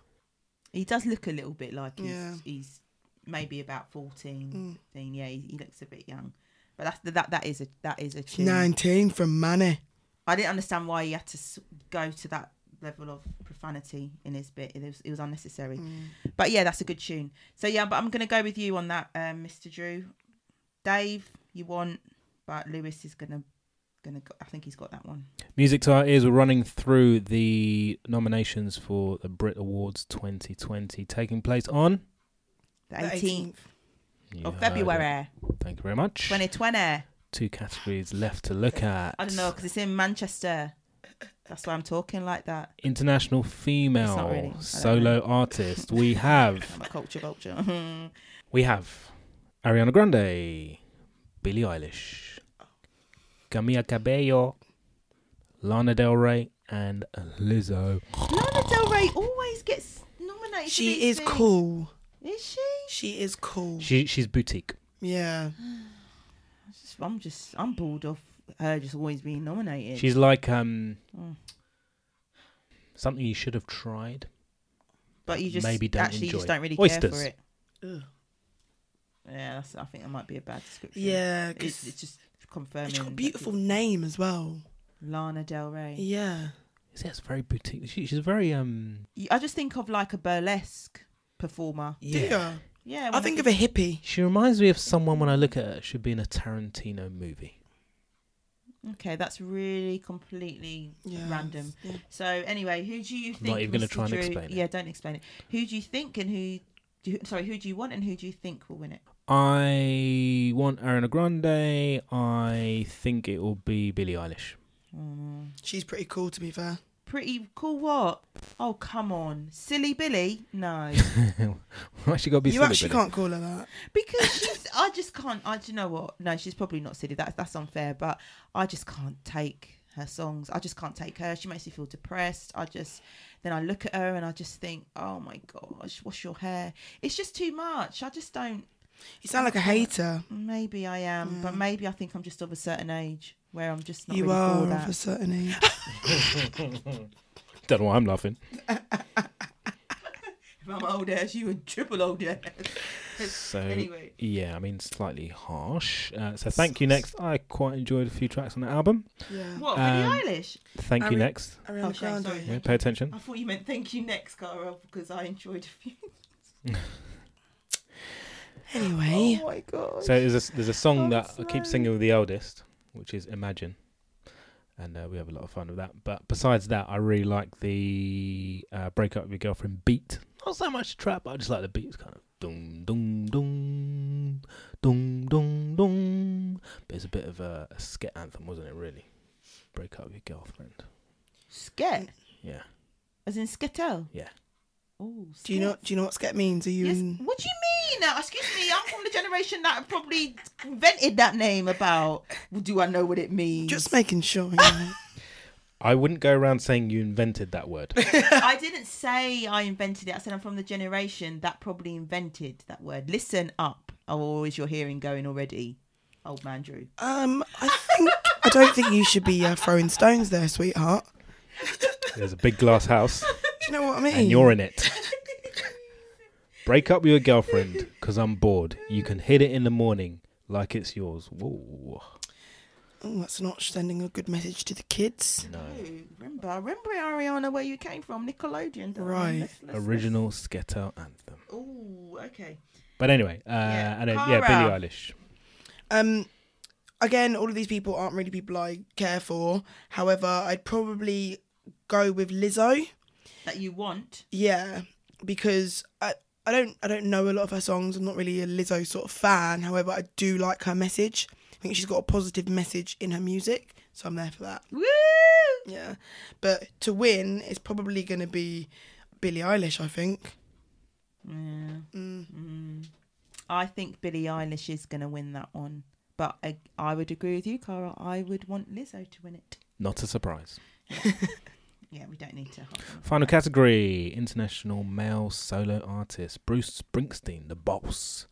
B: He does look a little bit like he's,
C: Yeah. Mm.
B: he's maybe about 14, 15. Yeah, he, he looks a bit young. But that's that that is a that is a tune.
C: Nineteen from Manny.
B: I didn't understand why he had to s- go to that level of profanity in his bit. It was it was unnecessary.
C: Mm.
B: But yeah, that's a good tune. So yeah, but I'm gonna go with you on that, um, Mr. Drew. Dave, you want, but Lewis is gonna gonna. go- I think he's got that one.
A: Music to our ears. We're running through the nominations for the Brit Awards 2020, taking place on
B: The
C: The
B: 18th
A: You heard
B: of
A: it.
B: February,
A: Thank you very much.
B: 2020.
A: Two categories left to look at.
B: I don't know because it's in Manchester. That's why I'm talking like that.
A: International
B: It's
A: female
B: not really. I don't
A: solo artist. We have
B: I'm a culture vulture.
A: we have Ariana Grande, Billie Eilish, Camila Cabello, Lana Del Rey, and Lizzo.
B: Lana Del Rey always gets nominated. for
C: She
B: these
C: is
B: things.
C: cool.
B: Is she?
C: She is cool.
A: She she's boutique.
C: Yeah.
B: Just- I'm just I'm bored of her just always being nominated.
A: She's like um
C: Mm.
A: something you should have tried.
B: but you just
A: maybe don't
B: actually you just
A: enjoy
B: don't really care
A: oysters.
B: for it. Yeah, that's, I think that might be a bad description.
C: Yeah,
B: it's,
C: because
B: it's just confirming.
C: she's got a
B: that
C: beautiful name as well.
B: Lana Del Rey.
C: Yeah.
A: Is it's very boutique. She, she's very um
B: You- I just think of like a burlesque performer.
C: Do ya?
B: Yeah,
C: I think of a hippie.
A: She reminds me of someone when I look at her, should be in a Tarantino movie.
B: Okay, that's really completely
C: Yeah.
B: random.
C: Yeah.
B: So anyway, who do you think?
A: even gonna
B: Mr.
A: try and
B: Drew-
A: explain it.
B: Yeah, don't explain it. Who do you think and who? Do you, sorry, who do you want and who do you think will win it?
A: I want Ariana Grande. I think it will be Billie Eilish.
C: She's pretty cool, to be fair.
B: Pretty cool. What? Oh come on, silly Billy. No,
A: Why she got to be
C: you
A: silly,
C: actually
A: Billie?
C: can't call her that.
B: because she's, I just can't. I do you know what? No, she's probably not silly. That's that's unfair. But I just can't take her songs. I just can't take her. She makes me feel depressed. I just then I look at her and I just think, oh my gosh, what's your hair? It's just too much. I just don't.
C: You sound like a hater.
B: Maybe I am, but maybe I think I'm just of a certain age where I'm just not
C: You
B: really
C: are
B: for
C: of
B: that.
C: a certain age.
A: Don't know why I'm laughing.
B: If I'm old as you and triple old as.
A: So
B: Anyway.
A: yeah, I mean slightly harsh. Uh, so thank you next. I quite enjoyed a few tracks on the album.
C: Yeah.
B: What,
A: Um,
B: Billie Eilish?
A: Thank you
C: Ari-
A: next.
C: Ariana
B: Oh, shame,
C: Grande.
B: sorry.
A: Yeah, pay attention.
B: I thought you meant thank you next, Cara, because I enjoyed a few.
C: Anyway,
B: Oh my god.
A: So there's a, there's a song
B: I'm
A: that I keep
B: sorry.
A: singing with the eldest, which is Imagine, and uh, we have a lot of fun with that. But besides that, I really like the uh, Break Up With Your Girlfriend beat. Not so much trap, but I just like the beat. It's kind of dum dum dum dum dum dum. But it's a bit of a, a skit anthem, wasn't it? Really, Break Up With Your Girlfriend.
B: Sket,
A: Yeah,
B: as in Sketel.
A: yeah.
B: Oh,
C: Do you know? Do you know what sket means? Are you?
B: Yes.
C: in-
B: What do you mean? Now, excuse me, I'm from the generation that probably invented that name. About do I know what it means?
C: Just making sure. you know.
A: I wouldn't go around saying you invented that word.
B: I didn't say I invented it. I said I'm from the generation that probably invented that word. Listen up, or is your hearing going already, old man Drew?
C: um, I think I don't think you should be uh, throwing stones there, sweetheart.
A: There's a big glass house,
C: Do you know what I mean?
A: and you're in it. Break up with your girlfriend, because I'm bored. You can hit it in the morning like it's yours. Whoa.
C: Oh, that's not sending a good message to the kids.
B: Remember, remember Ariana, where you came from, Nickelodeon. don't you?
C: Right.
B: Let's- let's-
A: Original Sketo anthem.
B: Ooh, okay.
A: But anyway, uh,
B: Yeah,
A: and then, yeah,
B: Cara.
A: Billie Eilish.
C: Um, again, all of these people aren't really people I care for. However, I'd probably go with Lizzo.
B: That you want?
C: Yeah, because I I don't I don't know a lot of her songs. I'm not really a Lizzo sort of fan. However, I do like her message. I think she's got a positive message in her music, so I'm there for that.
B: Woo!
C: Yeah, but to win, it's probably going to be Billie Eilish. I think. Mm.
B: mm. I think Billie Eilish is going to win that one, but I, I would agree with you, Cara. I would want Lizzo to win it.
A: Not a surprise.
B: Yeah, we don't need to. harp on
A: Final category International Male Solo Artist Bruce Springsteen, the boss.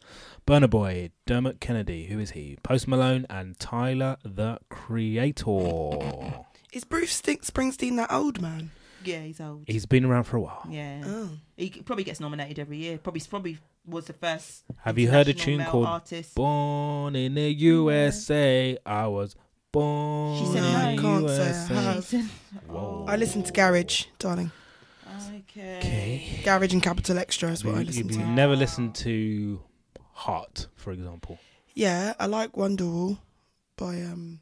A: Burner Boy, Dermot Kennedy, who is he? Post Malone, and Tyler the Creator.
C: Is Bruce Stink- Springsteen that old man?
B: it. Yeah, he's old.
A: He's been around for a while.
B: Yeah,
C: Oh.
B: he c- probably gets nominated every year. Probably, probably was the first.
A: Have you heard a
B: international
A: tune
B: male
A: called
B: Artist?
A: Born in the USA? I was born
B: She said
A: in
B: no.
A: the
C: Can't say I
A: USA.
C: have.
A: Whoa.
C: Oh. I listen to Garage, darling.
B: Okay.
A: Okay.
C: Garage and Capital Extra is what I
A: You,
C: listen
A: have
C: to.
A: never listened to Heart, for example.
C: Yeah, I like Wonderwall by um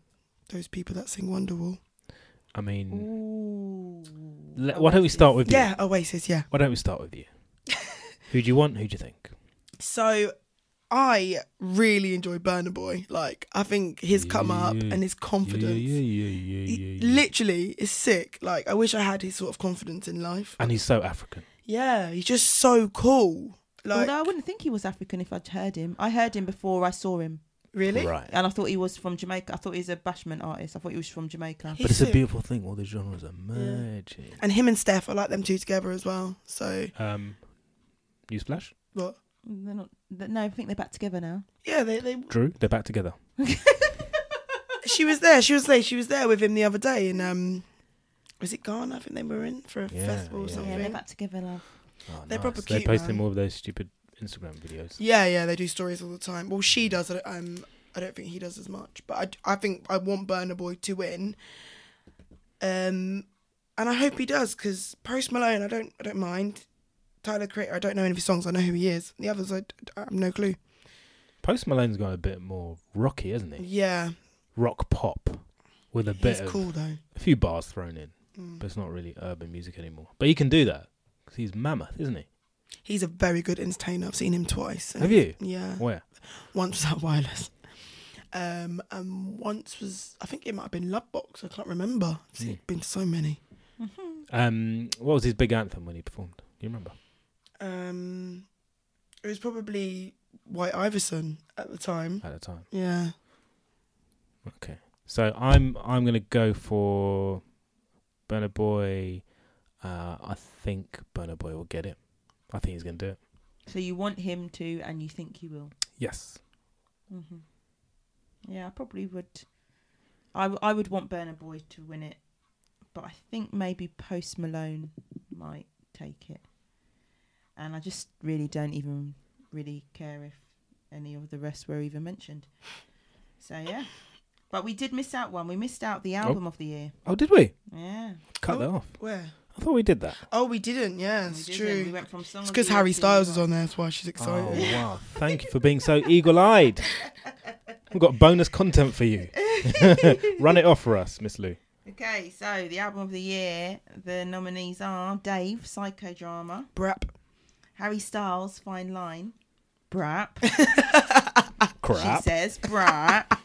C: those people that sing Wonderwall.
A: I mean,
B: Ooh.
A: le- why don't we start with you?
C: Yeah, Oasis. Yeah.
A: Why don't we start with you? who do you want? Who do you think?
C: So I really enjoy Burner Boy. Like I think his come up and his confidence.
A: yeah,
C: he- Literally is sick. Like I wish I had his sort of confidence in life.
A: And he's so African.
C: Yeah, he's just so cool. Like
B: Although I wouldn't think he was African if I'd heard him. I heard him before I saw him,
C: really, Uh,
A: Right.
B: and I thought he was from Jamaica. I thought he was a bashment artist. I thought he was from Jamaica.
A: But it's a
C: sick.
A: beautiful thing. All the genres are merging.
C: and him and Steph, I like them two together as well. So
A: Um, Newsflash.
C: what?
B: They're not. th- No, I think they're back together now.
C: Yeah, they, they.
A: Drew, they're back together.
C: She was there. She was there. She was there with him the other day. And um, was it Ghana? I think they were in for a
A: Yeah,
C: festival or
A: yeah.
B: Yeah,
C: something.
B: they're back together, love.
A: Oh,
C: They're
A: nice.
C: proper
A: They're
C: cute,
A: posting
C: man.
A: all of those stupid Instagram videos.
C: Yeah, yeah, they do stories all the time. Well, she does. I don't, um, I don't think he does as much, but I, I think I want Burner Boy to win. Um, and I hope he does because Post Malone, I don't, I don't mind. Tyler the Creator, I don't know any of his songs. I know who he is. The others, I, I have no clue.
A: Post Malone's gone a bit more rocky, hasn't he?
C: Yeah,
A: Rock pop with a bit
C: he's
A: of
C: cool though. Mm.
A: a few bars thrown in, but it's not really urban music anymore. But he can do that because he's mammoth, isn't he?
C: He's a very good entertainer. I've seen him twice.
A: Have you?
C: Yeah,
A: Where?
C: once was at Wireless. Um, and once was I think it might have been Love Box. I can't remember. I've
A: Hmm.
C: seen- been to so many.
A: Um, what was his big anthem when he performed? Do you remember?
C: Um, it was probably White Iverson at the time.
A: At the time.
C: Yeah.
A: Okay. So I'm I'm gonna go for Burner Boy. Uh, I think Burner Boy will get it. I think he's gonna do it.
B: So you want him to, and you think he will.
A: Yes.
B: Mm-hmm. Yeah, I probably would. I, w- I would want Burner Boy to win it, but I think maybe Post Malone might take it. And I just really don't even really care if any of the rest were even mentioned. So yeah, but we did miss out one. We missed out the album of the year.
A: Oh, did we
B: Yeah,
A: cut
C: Oh.
A: that off?
C: Where?
A: I thought we did that.
C: Oh, we didn't. Yeah,
B: we
C: it's
B: didn't.
C: true.
B: We went from song
C: it's
B: of
C: because
B: the year
C: Harry
B: to-
C: Styles is on there. That's why
A: Oh
C: she's excited.
A: wow! Thank you for being so eagle-eyed. We've got bonus content for you. Run it off for us, Miss Lou.
B: Okay, so the album of the year, the nominees are Dave Psychodrama.
C: Brap.
B: Harry Styles, fine line. Brap. She
A: Crap.
B: says brap.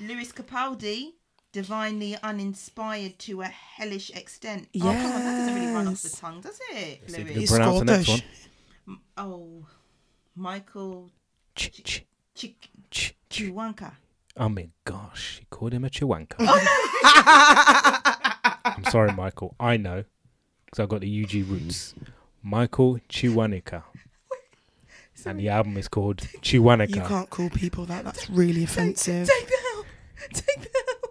B: Lewis Capaldi, divinely uninspired to a hellish extent. Oh, come on, that doesn't really run off the
C: Yes.
B: tongue, does it,
A: See if you
B: Louis?
A: can pronounce the next one.
C: Scottish.
B: Oh, Michael
A: Ch- ch-
B: Chick
A: ch- ch-
B: Chiwanka.
A: I mean, gosh, she called him a chiwanka. I'm sorry, Michael. I know because I got the UG roots. Michael Chiwanika. And the album is called
C: You
A: Chiwanika.
C: can't call people that. That's really offensive.
B: Take that out. Take that out.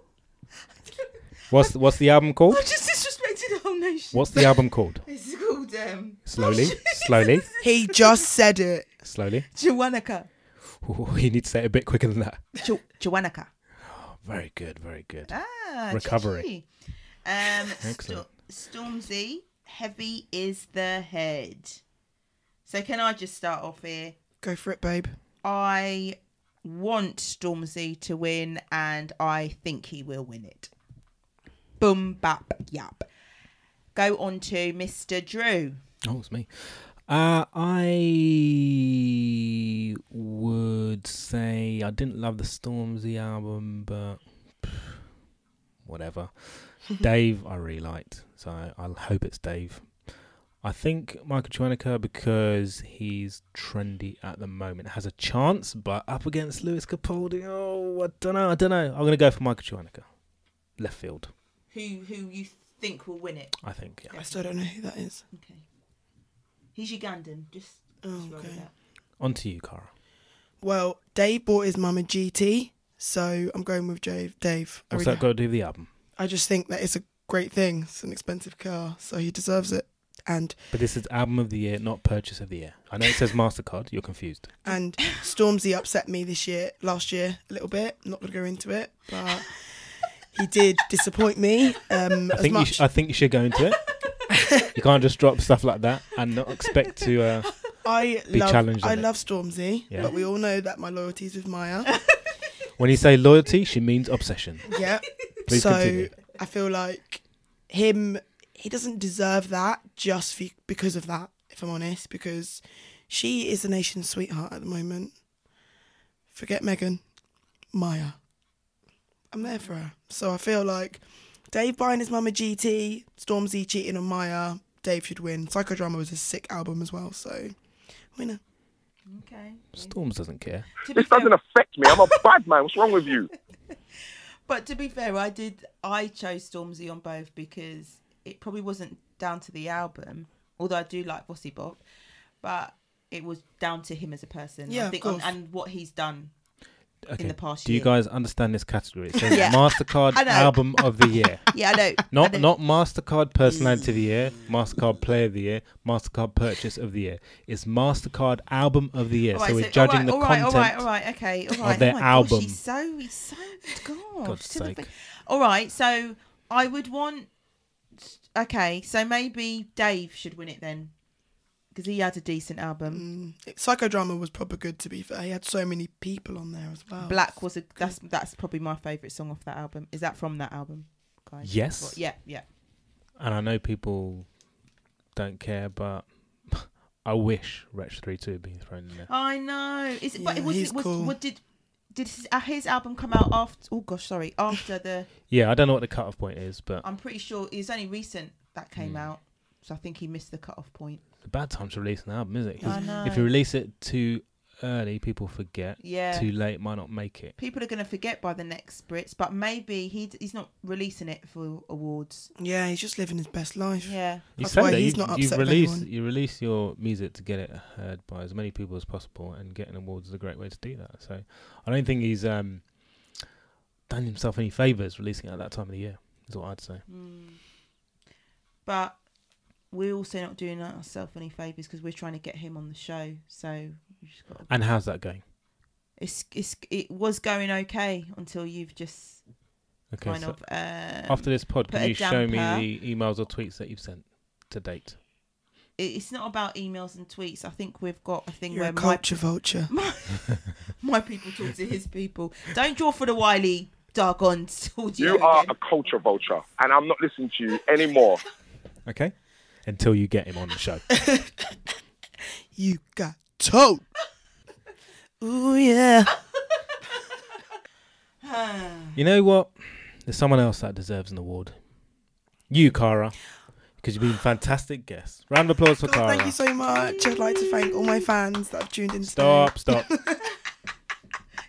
A: What's what's the album called?
B: I just disrespected a whole nation.
A: What's the album called?
B: It's called um,
A: Slowly, slowly,
C: He just said it.
A: slowly.
B: Chiwanaka.
A: Ooh, you need to say it a bit quicker than that.
B: Chi- Chiwanaka.
A: Very good, very good.
B: Ah,
A: Recovery.
B: GG. Um, Sto-
A: Excellent.
B: Stormzy, heavy is the head. So can I just start off here?
C: Go for it, babe.
B: I want Stormzy to win, and I think he will win it. Boom, bap, yap. Go on to Mr. Drew.
A: Oh, it's me. Uh, I would say I didn't love the Stormzy album, but pff, whatever. Dave, I really liked, so I- I'll hope it's Dave. I think Michael Chuanica because he's trendy at the moment has a chance, but up against Lewis Capaldi, oh, I don't know, I don't know. I'm gonna go for Michael Chuanica, left field.
B: Who who you think will win it?
A: I think. Yeah.
C: I still don't know who that is.
B: Okay. He's Ugandan. Just, just roll with
C: Okay.
B: that.
A: On to you, Cara.
C: Well, Dave bought his mum a GT, so I'm going with Dave. Dave. I,
A: What's
C: really-
A: Oh, that got to do with the album?
C: I just think that it's a great thing. It's an expensive car, so he deserves it. And
A: But this is album of the year, not purchase of the year. I know it says Mastercard. You're confused.
C: and Stormzy upset me this year, last year a little bit. Not going to go into it, but he did disappoint me. Um,
A: I
C: as
A: think you
C: much.
A: sh- I think you should uh, go into it. you can't just drop stuff like that and not expect to. Uh,
C: I
A: be
C: love,
A: challenged
C: I
A: on it.
C: love Stormzy,
A: Yeah.
C: but we all know that my loyalty is with Maya.
A: when you say loyalty, she means obsession.
C: Yeah.
A: Please
C: so
A: continue.
C: I feel like him he doesn't deserve that just fe- because of that, if I'm honest, because she is the nation's sweetheart at the moment. Forget Megan, Maya. I'm there for her. So I feel like Dave buying his mum a GT, Stormzy cheating on Maya, Dave should win. Psychodrama was a sick album as well, so winner.
B: Okay.
A: Storms doesn't care.
B: To be
E: This
B: fair,
E: doesn't affect me. I'm a bad man. What's wrong with you?
B: But to be fair, I did. I chose Stormzy on both because it probably wasn't down to the album, although I do like Bossy Bop, but it was down to him as a person.
C: Yeah,
B: I
C: of
B: think on,
C: course.
B: and what he's done.
A: Okay.
B: the past
A: do you
B: year.
A: guys understand this category? It says
B: Yeah.
A: Mastercard
B: I know.
A: album of the year.
B: Yeah, I know.
A: Not
B: I know.
A: not Mastercard personality of the year, Mastercard player of the year, Mastercard purchase of the year. It's Mastercard album of the year.
B: All right,
A: so we're
B: all
A: judging
B: right,
A: the
B: all right,
A: content.
B: All right, all right, okay, all right.
A: their
B: oh my
A: album.
B: Gosh, he's so, he's so, gosh.
A: God's
B: to the
A: sake.
B: fa- All right, so I would want. Okay, so maybe Dave should win it then, because he had a decent album.
C: Mm, Psychodrama was proper good to be fair. He had so many people on there as well.
B: Black was a Oh, that's that's probably my favorite song off that album. Is that from that album, guys?
A: Yes.
B: Well, yeah, yeah.
A: and I know people don't care, but I wish Wretch Three Two had been thrown in there.
B: I know. Is it, but
C: Yeah,
B: it was
C: he's
B: it was
C: cool.
B: what did did his, uh, his album come out after? Oh gosh, sorry. After the,
A: Yeah, I don't know what the cutoff point is, but
B: I'm pretty sure it's only recent that
A: Hmm.
B: came out, so I think he missed the cutoff point.
A: it's a bad time to release an album, is it? 'Cause
B: I know.
A: if you release it too early, people forget.
B: Yeah.
A: Too late might not make it.
B: People are going to forget by the next Brits, but maybe he d- he's not releasing it for awards.
C: Yeah, he's just living his best life.
B: Yeah.
A: You
C: That's
A: said
C: why
A: that.
C: he's
A: you,
C: not
A: you
C: upset with
A: release
C: anyone.
A: you release your music to get it heard by as many people as possible, and getting awards is a great way to do that. So I don't think he's um, done himself any favors releasing it at that time of the year. Is what I'd say.
B: But we're also not doing ourselves any favours because we're trying to get him on the show. So we've just got to
A: And how's that going?
B: it's it's it was going okay until you've just
A: Okay.
B: kind
A: so Oh.
B: of um,
A: after this pod,
B: put
A: can
B: a
A: you show me
B: damper.
A: the emails or tweets that you've sent to date?
B: it- it's not about emails and tweets. I think we've got a thing
C: You're
B: where
C: a
B: my,
C: culture vulture.
B: my my people talk to his people. Don't draw for the Wiley Dargon audio.
E: You are a
B: again.
E: culture vulture, and I'm not listening to you anymore.
A: Okay. Until you get him on the show.
C: You got toe. Ooh yeah.
A: you know what? There's someone else that deserves an award. You, Cara, because you've been a fantastic guest. Round of applause for
C: God,
A: Cara.
C: thank you so much. I'd like to thank all my fans that have tuned in. today.
A: stop, stop.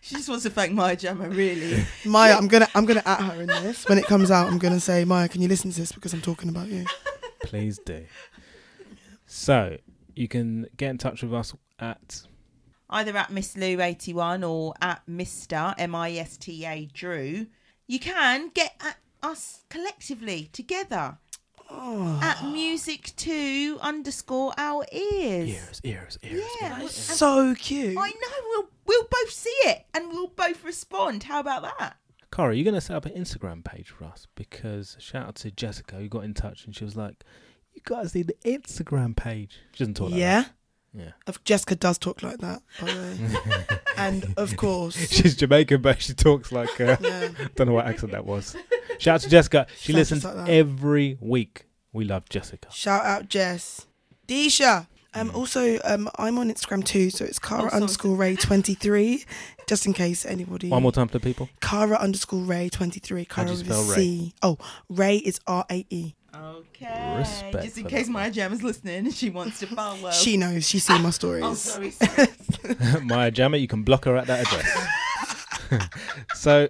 B: She just wants to thank Maya Gemma, really.
C: Maya. I'm gonna I'm gonna at her in this when it comes out. I'm gonna say, Maya, can you listen to this because I'm talking about you.
A: Please do. So you can get in touch with us at
B: Either at Miss Lou eighty one or at Mister M I S T A Drew. You can get at us collectively together
A: Ah.
B: at music two underscore our ears.
A: ears, ears, ears.
B: Yeah, we- and
C: So cute.
B: I know we'll we'll both see it and we'll both respond. How about that?
A: Cara, you're going to set up an Instagram page for us because shout out to Jessica who got in touch and she was like, "You guys need an Instagram page." She doesn't talk like
C: Yeah.
A: Yeah.
C: Of- Jessica does talk like that, by the way. and of
A: that.
C: course,
A: She's Jamaican, but she talks like uh,
C: yeah.
A: don't know what accent that was. Shout out to Jessica. She
C: Sounds
A: listens
C: just like that.
A: every week. We love Jessica.
C: Shout out Jess. Disha. Um,
A: Mm.
C: also, um, I'm on Instagram too, so it's Cara underscore Ray twenty three, just in case anybody.
A: One more time for the people.
C: Cara underscore Ray twenty three.
A: How
C: Cara
A: do you
C: with a
A: spell Ray?
C: C. Oh, Ray is R A E.
B: Okay.
A: Respect
B: Just in
A: for
B: case
A: that
B: my Gemma's listening and she wants to bow well.
C: She knows. She's seen my stories.
B: Oh, sorry, sorry.
A: Maya Jammer, you can block her at that address. so,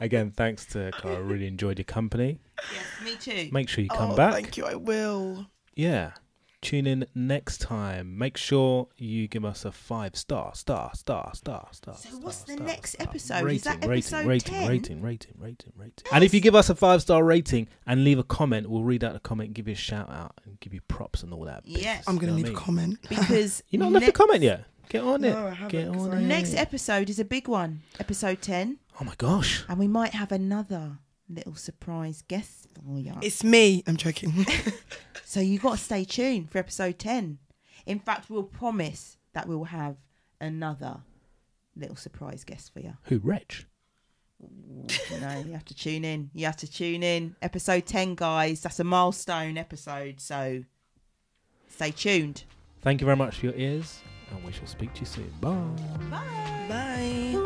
A: again, thanks to Cara. Really enjoyed your company.
B: yes, me too.
A: Make sure you come
C: Oh,
A: back.
C: Thank you. I will.
A: Yeah. Tune in next time. Make sure you give us a five star, star, star, star, star.
B: So what's
A: star,
B: the
A: star,
B: next
A: star.
B: episode?
A: Rating,
B: Is that
A: rating,
B: episode
A: rating,
B: 10?
A: rating, rating, rating, rating. And if you give us a five star rating and leave a comment, we'll read out the comment, give you a shout out, and give you props and all that.
B: Yeah.
A: business,
C: I'm gonna
A: you know
C: leave
A: what I
C: a
A: mean?
C: comment.
B: because
A: You not
B: ne-
A: left a comment yet. Get on it.
C: No, I haven't,
A: Get
C: 'cause
A: on
C: I-
A: it.
B: next episode is a big one, episode 10,
A: Oh my gosh.
B: and we might have another little surprise guest for you.
C: It's me. I'm joking.
B: So you got to stay tuned for episode 10. In fact, we'll promise that we'll have another little surprise guest for you.
A: Who, Rich?
B: No, you have to tune in. You have to tune in. Episode 10, guys. That's a milestone episode. So stay tuned.
A: Thank you very much for your ears, and we shall speak to you soon. Bye.
B: Bye.
C: Bye.